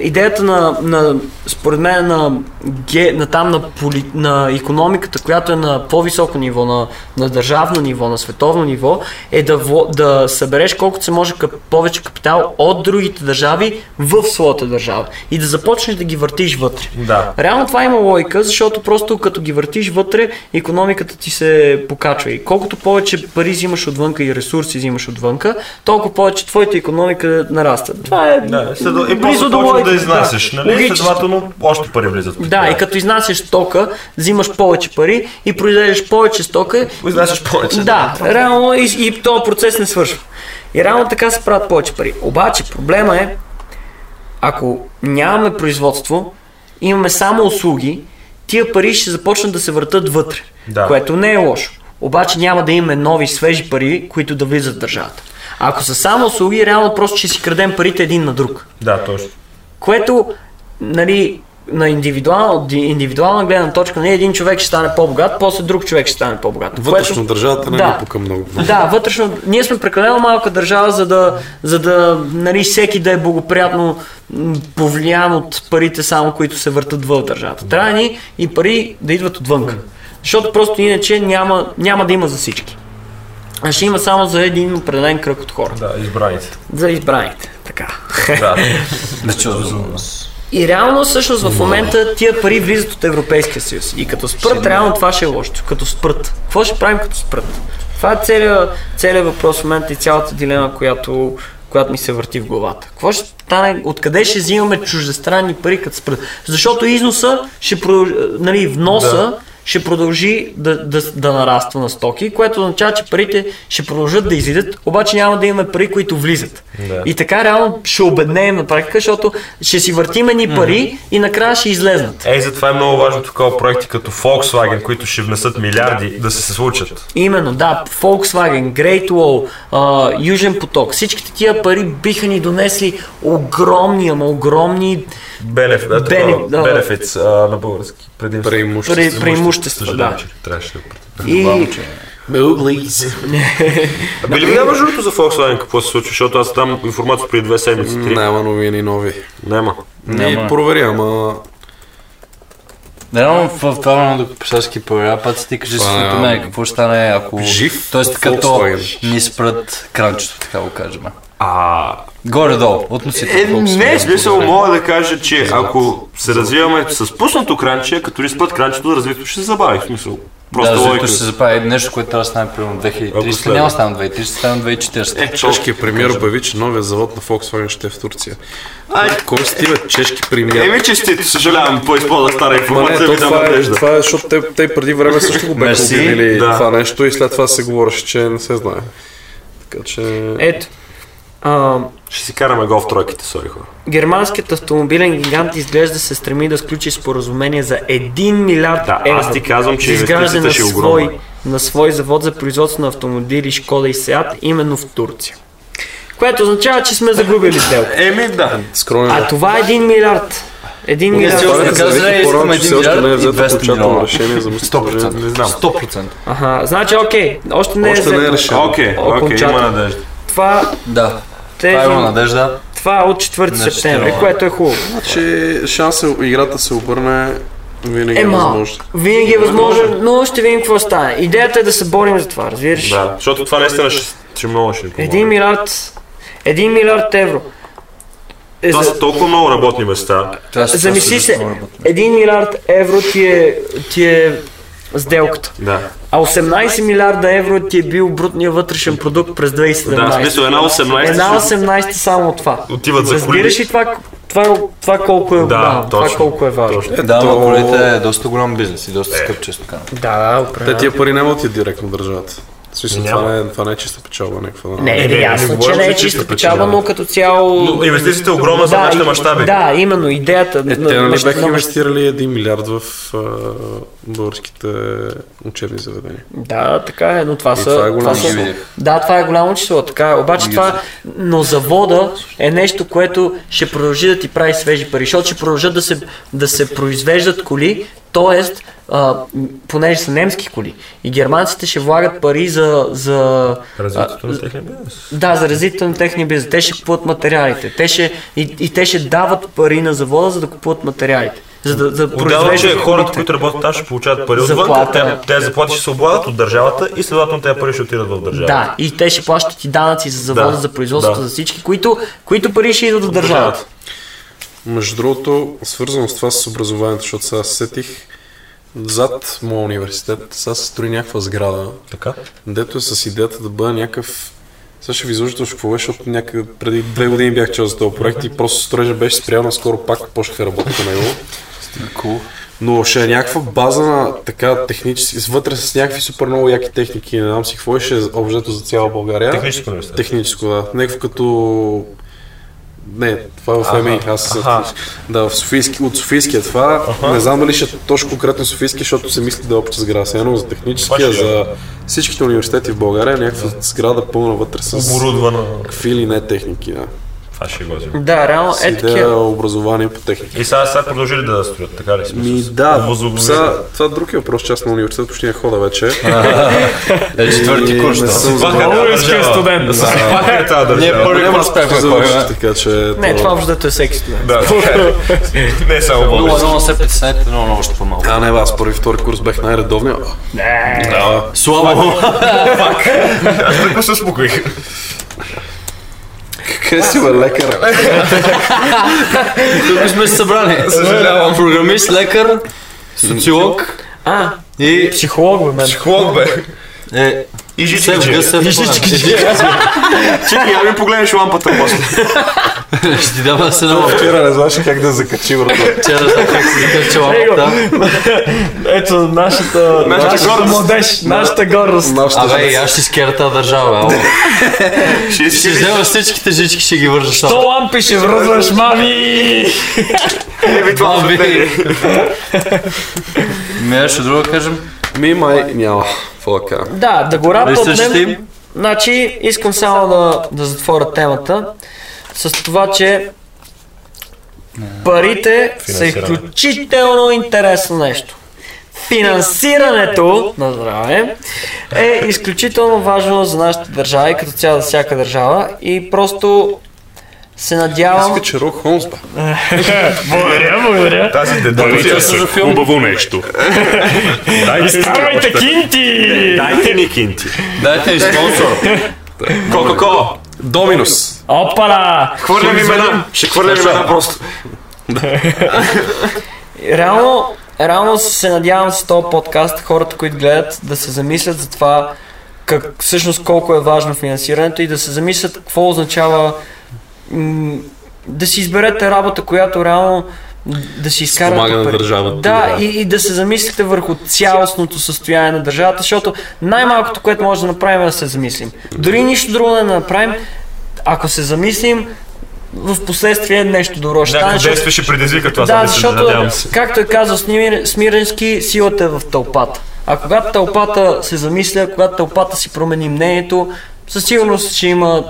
Speaker 4: идеята на, на, според мен, на ге, на там на, поли, на економиката, която е на по-високо ниво, на, на държавно ниво, на световно ниво, е да, во- да събереш колкото се може кап, повече капитал от другите държави в своята държава и да започнеш да ги въртиш вътре.
Speaker 2: Да.
Speaker 4: Реално това има логика, защото просто като ги въртиш вътре, економиката ти се покачва. И колкото повече пари взимаш отвънка и ресурси взимаш отвънка, толкова повече твоята економика нараства. Това е
Speaker 2: Да, следва- и
Speaker 4: близо
Speaker 2: после
Speaker 4: до
Speaker 2: почваш
Speaker 4: логиката.
Speaker 2: да изнасяш,
Speaker 4: Да,
Speaker 2: нали?
Speaker 4: логично.
Speaker 2: Следователно, още пари влизат. в
Speaker 4: Да,
Speaker 2: това.
Speaker 4: и като изнасяш стока, взимаш повече пари и произвеждаш повече стока.
Speaker 2: Изнасяш повече.
Speaker 4: Да, реално и, и този процес не свършва. И реално така се правят повече пари. Обаче проблема е, ако нямаме производство, имаме само услуги, тия пари ще започнат да се въртат вътре,
Speaker 2: Да.
Speaker 4: което не е лошо. Обаче няма да имаме нови свежи пари, които да влизат в държавата. Ако са само услуги, реално просто ще си крадем парите един на друг
Speaker 2: Да, точно.
Speaker 4: което нали, на индивидуална, от индивидуална гледна точка, не един човек ще стане по-богат, после друг човек ще стане по-богат.
Speaker 3: Вътрешно
Speaker 4: което...
Speaker 3: държавата нали, не
Speaker 4: Да.
Speaker 3: да. пука много.
Speaker 4: Да, вътрешно. Ние сме прекалено малка държава, за да, за да нали, всеки да е благоприятно м, повлиян от парите само, които се въртат в държавата. Трябва ни и пари да идват отвън. Защото просто иначе няма, няма да има за всички. А ще има само за един определен кръг от хора.
Speaker 2: Да, избраните.
Speaker 4: За избраните. Така.
Speaker 2: Да.
Speaker 1: Да чувам.
Speaker 4: И реално всъщност в момента тия пари влизат от Европейския съюз. И като спрат, реално това ще е лошото. Като спрат. Какво ще правим като спрат? Това е целият, целият въпрос в момента и цялата дилема, която, която ми се върти в главата. Какво ще стане, откъде ще взимаме чуждестранни пари като спрат? Защото износа, ще продължи, нали, вноса ще продължи да, да, да нараства на стоки, което означава, че парите ще продължат да излизат, обаче няма да имаме пари, които влизат.
Speaker 2: Да.
Speaker 4: И така реално ще обеднеем на практика, защото ще си въртиме ни пари и накрая ще излезнат.
Speaker 2: Ей, затова е много важно такова проекти като Volkswagen, които ще внесат милиарди да се случат.
Speaker 4: Именно, да, Volkswagen, Great Wall, а, Южен поток, всичките тия пари биха ни донесли огромни, ама огромни
Speaker 2: Бенеф, да,
Speaker 4: Бенеф- да.
Speaker 2: бенефиц а, на български.
Speaker 4: пре-
Speaker 2: Предимство.
Speaker 3: Преимущество.
Speaker 4: преимущества. Да.
Speaker 2: Съжалявам, че трябваше да пред-
Speaker 4: И,
Speaker 2: Били ми няма другото за Volkswagen какво се случва, защото аз там информация преди две седмици. Три.
Speaker 3: Няма новини нови.
Speaker 2: Няма.
Speaker 3: Не, проверя, ама
Speaker 1: Реално в това време, докато писаш ки проверя, път си ти кажи
Speaker 3: Това е
Speaker 1: с мен,
Speaker 3: нормално.
Speaker 1: какво ще стане, ако...
Speaker 3: Жив
Speaker 1: Тоест, като
Speaker 3: Volkswagen.
Speaker 1: ни спрат кранчето, така го кажем.
Speaker 2: А,
Speaker 1: Горе-долу, относително. Volkswagen.
Speaker 2: Е,
Speaker 3: е?
Speaker 2: не, в смисъл мога да кажа, че ако се развиваме с пуснато кранче, като ли спът кранчето, развитието ще се забави. В смисъл.
Speaker 1: Да,
Speaker 2: Просто логика.
Speaker 1: защото ще се заправи нещо, което трябва да стане примерно 2030,
Speaker 2: следва.
Speaker 1: няма да стане 2030, ще стане 2040.
Speaker 2: Е,
Speaker 3: чешкият премиер обяви, че новия завод на Volkswagen ще е в Турция. Е,
Speaker 2: Ай,
Speaker 3: Кой си ти, бе, чешки премиер?
Speaker 2: Еми честито, съжалявам, по-използвах стара
Speaker 3: Ма не,
Speaker 2: информация,
Speaker 3: то
Speaker 2: ви дам
Speaker 3: това е,
Speaker 2: надежда.
Speaker 3: това е, защото те, те преди време също го бяха
Speaker 1: Мерси.
Speaker 3: обявили
Speaker 2: Да.
Speaker 3: това нещо и след това се говореше, че не се знае. Така че...
Speaker 4: [LAUGHS] ето, а,
Speaker 2: Ще си караме гол в тройките, сори хора.
Speaker 4: германският автомобилен гигант изглежда се стреми да сключи споразумение за 1 милиард
Speaker 2: Да,
Speaker 4: евро.
Speaker 2: аз ти казвам, че
Speaker 4: за изграждане
Speaker 2: инвестицията ще е
Speaker 4: на
Speaker 2: огромна.
Speaker 4: свой, на свой завод за производство на автомобили Шкода и Сеат именно в Турция. Което означава, че сме загубили сделка.
Speaker 2: Еми да.
Speaker 3: Скромен.
Speaker 4: А това е 1 милиард. 1 милиард.
Speaker 1: Той да
Speaker 3: Той
Speaker 1: казва,
Speaker 3: заявих
Speaker 1: е, искам
Speaker 3: по-рано,
Speaker 1: един
Speaker 3: че все още
Speaker 1: милиард
Speaker 3: не е
Speaker 1: и
Speaker 3: взето
Speaker 1: 200
Speaker 3: окончателно
Speaker 1: милиона.
Speaker 3: решение за местоположението.
Speaker 1: 100%.
Speaker 2: Не знам.
Speaker 1: 100%.
Speaker 4: Аха, значи, окей, още не е
Speaker 3: Още не е
Speaker 4: взето.
Speaker 3: решено.
Speaker 2: Окей, окей, има
Speaker 4: Окончателно.
Speaker 2: надежда.
Speaker 4: Това,
Speaker 1: Да. Това
Speaker 4: тези,
Speaker 1: има надежда.
Speaker 4: това е от 4
Speaker 1: На
Speaker 4: септември,
Speaker 1: четири.
Speaker 4: което е хубаво.
Speaker 3: Че Значи, шанса играта се обърне винаги е
Speaker 4: Ема,
Speaker 3: възможно.
Speaker 4: винаги е възможно, но ще видим какво стане. Идеята е да се борим за това, разбираш?
Speaker 2: Да, защото това наистина ще, ще много ще ни помогне.
Speaker 4: Един милиард, един милиард евро. Е,
Speaker 2: Това
Speaker 4: за,
Speaker 2: са толкова много работни места.
Speaker 1: Това ще
Speaker 4: замисли
Speaker 1: се
Speaker 4: се, един милиард евро ти е, ти е сделката.
Speaker 2: Да.
Speaker 4: А 18 милиарда евро ти е бил брутния вътрешен продукт през 2017.
Speaker 2: Да, в смисъл една 18
Speaker 4: Една 18 само от това.
Speaker 2: Отиват за коли.
Speaker 4: Е, Разбираш ли това, това, това колко е огромно, това
Speaker 2: точно.
Speaker 4: колко е важно.
Speaker 2: Точно.
Speaker 1: Да,
Speaker 3: То-
Speaker 1: но колите е доста голям бизнес и доста скъп, често казвам.
Speaker 4: Да, да,
Speaker 3: Те
Speaker 4: определено.
Speaker 3: тия пари няма да отидат директно в държавата. В Смисъл, това,
Speaker 2: Няма.
Speaker 3: не, е- това не е чиста печалба някаква. да.
Speaker 4: Не, не,
Speaker 2: не, не
Speaker 4: ясно, че
Speaker 2: говорим
Speaker 4: не
Speaker 2: за
Speaker 4: е
Speaker 2: чиста
Speaker 4: чиста
Speaker 2: печалба.
Speaker 4: печалба, но като цяло...
Speaker 2: Но инвестицията е огромна за
Speaker 4: Да,
Speaker 2: нашите
Speaker 4: и-
Speaker 2: мащаби.
Speaker 4: Да, именно, идеята...
Speaker 3: Е,
Speaker 4: на-
Speaker 3: те нали
Speaker 4: на-
Speaker 3: бяха
Speaker 4: на-
Speaker 3: инвестирали 1 милиард в а, българските учебни заведения.
Speaker 4: Да, така е, но това са...
Speaker 3: това е голямо
Speaker 4: са-
Speaker 1: число.
Speaker 4: Да, това е голямо число, така е. Обаче това... Но завода е нещо, което ще продължи да ти прави свежи пари, защото ще продължат да се, да се произвеждат коли, т.е. понеже са немски коли и германците ще влагат пари за, за
Speaker 2: Развитието на техния бизнес.
Speaker 4: Да, за развитието на техния бизнес. Те ще купуват материалите. Те ще, и, и те ще дават пари на завода, за да купуват материалите. за да, за да
Speaker 2: Отделно,
Speaker 4: произвеждат
Speaker 2: че хората,
Speaker 4: хубавите.
Speaker 2: които работят там, ще получават пари отвън,
Speaker 4: Заплата.
Speaker 2: те, те заплати ще се облагат от държавата и следователно тези пари ще отидат в държавата.
Speaker 4: Да, и те ще плащат и данъци за завода,
Speaker 2: Да,
Speaker 4: за производството,
Speaker 2: да.
Speaker 4: за всички, които, които пари ще идват от държавата.
Speaker 3: Между другото, свързано с това с образованието, защото сега се сетих, зад моя университет сега се строи някаква сграда,
Speaker 2: Така?
Speaker 3: дето е с идеята да бъде някакъв сега ще ви изложа точно какво беше, защото някъде преди две години бях чел за този проект и просто строежа беше спрял, наскоро пак почнах да работя по него.
Speaker 1: Cool.
Speaker 3: Но ще е някаква база на така технически, с- вътре с някакви супер много яки техники, не знам си какво и ще е обжето за цяла България.
Speaker 2: Техническо университет.
Speaker 3: Техническо, да. Някакво като... Не, това е в ЕМИ, аз се
Speaker 2: аха.
Speaker 3: Да, в Софийски, от Софийския това. Не знам дали ще е точно конкретно Софийски, защото се мисли да е обща сграда. Сега, но за техническия,
Speaker 2: Това ще е,
Speaker 3: за
Speaker 2: да.
Speaker 3: всичките университети в България, някаква сграда пълна вътре с
Speaker 2: Оборудвана.
Speaker 3: какви ли не техники, да.
Speaker 2: Това ще го взема.
Speaker 4: Да, реално
Speaker 3: С
Speaker 4: е
Speaker 3: идея
Speaker 4: такива.
Speaker 3: образование по техника.
Speaker 2: И сега, сега продължили да строят, така ли?
Speaker 3: Ми да, сега, това друг е въпрос, че аз на университет почти не хода [LAUGHS] вече.
Speaker 1: Е, четвърти
Speaker 3: И
Speaker 1: курс,
Speaker 3: не
Speaker 1: да.
Speaker 3: съм забравил.
Speaker 2: Вахара
Speaker 4: Български студент.
Speaker 2: студент. С вахара е тази
Speaker 1: Ние
Speaker 2: държава.
Speaker 1: първи път успяхме
Speaker 3: Завърши,
Speaker 1: да
Speaker 3: така че...
Speaker 4: Не, това общо дето е всеки студент.
Speaker 2: Да. Не е само
Speaker 1: Много,
Speaker 2: български.
Speaker 1: много се притеснете, много, много още по-малко.
Speaker 3: А, не, бе, аз първи втори курс бех най-редовния.
Speaker 1: Слава
Speaker 2: Аз тук се успокоих.
Speaker 3: Къде си, бе, лекар?
Speaker 1: Тук сме се събрали.
Speaker 2: Съжалявам.
Speaker 1: Програмист, лекар, социолог
Speaker 4: А,
Speaker 1: и...
Speaker 4: психолог бе мен.
Speaker 2: Хлоп бе.
Speaker 1: Е,
Speaker 2: И
Speaker 1: Сев
Speaker 2: жичичи.
Speaker 1: Гъсев.
Speaker 2: Чакай, я ми погледнеш лампата после.
Speaker 1: Ще ти дам се на
Speaker 3: Вчера не знаеше как да закачи врата.
Speaker 1: вчера за как си закърчила лапта.
Speaker 4: Ето нашата,
Speaker 2: нашата гордост.
Speaker 4: младеж, нашата гордост.
Speaker 3: Нашата
Speaker 1: Абе, и
Speaker 3: жена.
Speaker 1: аз ще скера тази държава. ало. Ще взема всичките жички, ще ги вържа
Speaker 4: То
Speaker 1: само.
Speaker 4: лампи ще връзваш, мами!
Speaker 2: Не ви това
Speaker 1: Мами.
Speaker 2: обвинение.
Speaker 1: Ми, ще друго кажем.
Speaker 3: Ми май няма. Фока.
Speaker 4: Да, да го рапа
Speaker 1: Присъщи
Speaker 4: отнем.
Speaker 1: им.
Speaker 4: Значи, искам само да, да затворя темата с това, че парите са
Speaker 2: Финансиране.
Speaker 4: изключително интересно нещо. Финансирането на здраве е изключително важно за нашите държави, като цяло за всяка държава и просто се надявам...
Speaker 3: Иска, Е, че Рок Холмс, бе.
Speaker 4: Благодаря, благодаря.
Speaker 2: Тази е дедукция.
Speaker 1: за филм.
Speaker 5: Хубаво нещо. Дайте
Speaker 4: Давайте кинти!
Speaker 5: Дайте ни кинти.
Speaker 1: Дайте ни спонсор.
Speaker 2: Кока-кола.
Speaker 3: Доминус.
Speaker 4: Опала!
Speaker 2: Хвърлям имена. Ще хвърлям имена просто.
Speaker 4: Реално, реално се надявам с този подкаст хората, които гледат, да се замислят за това как, всъщност колко е важно финансирането и да се замислят какво означава м- да си изберете работа, която реално м, да си изкарате
Speaker 3: Помага на
Speaker 4: пари.
Speaker 3: държавата.
Speaker 4: Да, и, и да се замислите върху цялостното състояние на държавата, защото най-малкото, което може да направим е да се замислим. Дори нищо друго не направим, ако се замислим, в последствие нещо добро ще стане.
Speaker 2: Някакво
Speaker 4: защото-
Speaker 2: действие ще предизвика това,
Speaker 4: да,
Speaker 2: да, се
Speaker 4: защото,
Speaker 2: надявам се.
Speaker 4: както е казал Снимир- Смиренски, силата е в тълпата. А когато тълпата се замисля, когато тълпата си промени мнението, със сигурност ще има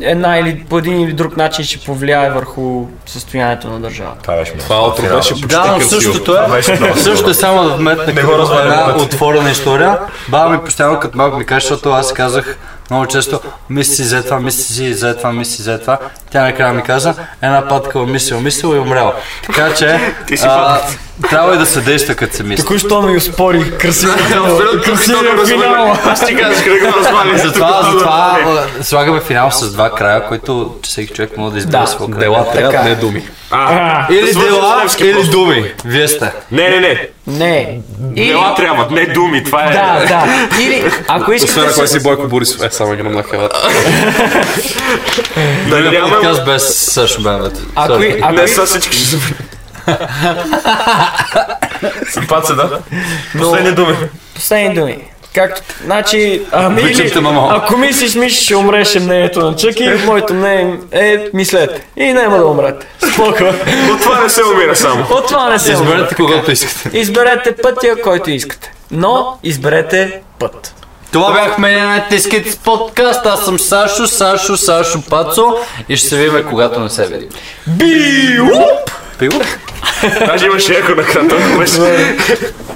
Speaker 4: една или по един или друг начин ще повлияе върху състоянието на държавата.
Speaker 2: Това беше много.
Speaker 3: Това аутро беше почти
Speaker 1: Да, но
Speaker 3: красиво.
Speaker 1: същото е.
Speaker 2: Беше много.
Speaker 1: Също е само да вметна
Speaker 2: Не го
Speaker 1: като
Speaker 2: разбирам,
Speaker 1: една
Speaker 2: брат.
Speaker 1: отворена история. Баба ми постоянно като малко ми каже, защото аз казах много често, мисли си за това, мисли си за това, мисли си за това. Тя накрая ми каза, една паткава мисъл, мисъл и умряла. Така че, а, трябва и да се действа като се мисли.
Speaker 4: Току-що ми успори красиво. красивия финал.
Speaker 5: Аз ти казах да го
Speaker 2: е
Speaker 5: разваля.
Speaker 1: Затова, затова а, слагаме финал с два края, които всеки човек може да избере
Speaker 4: Да,
Speaker 1: своя край.
Speaker 3: Дела
Speaker 4: Така
Speaker 3: трябва,
Speaker 4: е.
Speaker 3: не думи.
Speaker 1: Или
Speaker 5: свързвам с
Speaker 1: дела,
Speaker 5: Левски
Speaker 1: или
Speaker 5: просто.
Speaker 1: думи. Вие сте.
Speaker 5: Не, не, не.
Speaker 4: Не. Или,
Speaker 5: Дела трябват, не думи. Това е...
Speaker 4: да, да. Или, ако искате...
Speaker 3: Освен ако
Speaker 4: да
Speaker 3: не
Speaker 4: се-
Speaker 3: си Бойко Борисов. Е, само гръмна хавата.
Speaker 5: Да нямаме...
Speaker 1: Подкаст без Сашо Бенвет.
Speaker 4: Ако, и- ако,
Speaker 5: Не
Speaker 4: и-
Speaker 5: са всички
Speaker 4: [LAUGHS]
Speaker 5: ще се...
Speaker 2: Пад се, да. Последни думи.
Speaker 4: Последни думи. Както, значи, ами
Speaker 1: Обичам
Speaker 4: или,
Speaker 1: те, мамо.
Speaker 4: ако мислиш, мислиш, ще умреш е мнението на Чъки, моето мнение е, мислете. И няма да умрете. Споко.
Speaker 5: От това не се умира само.
Speaker 4: От това не се умре.
Speaker 1: Изберете когото искате.
Speaker 4: Изберете пътя, който искате. Но изберете път.
Speaker 1: Това бяхме на Тискит подкаст. Аз съм Сашо, Сашо, Сашо Пацо и ще се видим, когато не се видим.
Speaker 4: Биу!
Speaker 1: Пиво?
Speaker 4: [LAUGHS]
Speaker 5: Даже имаше еко на крата.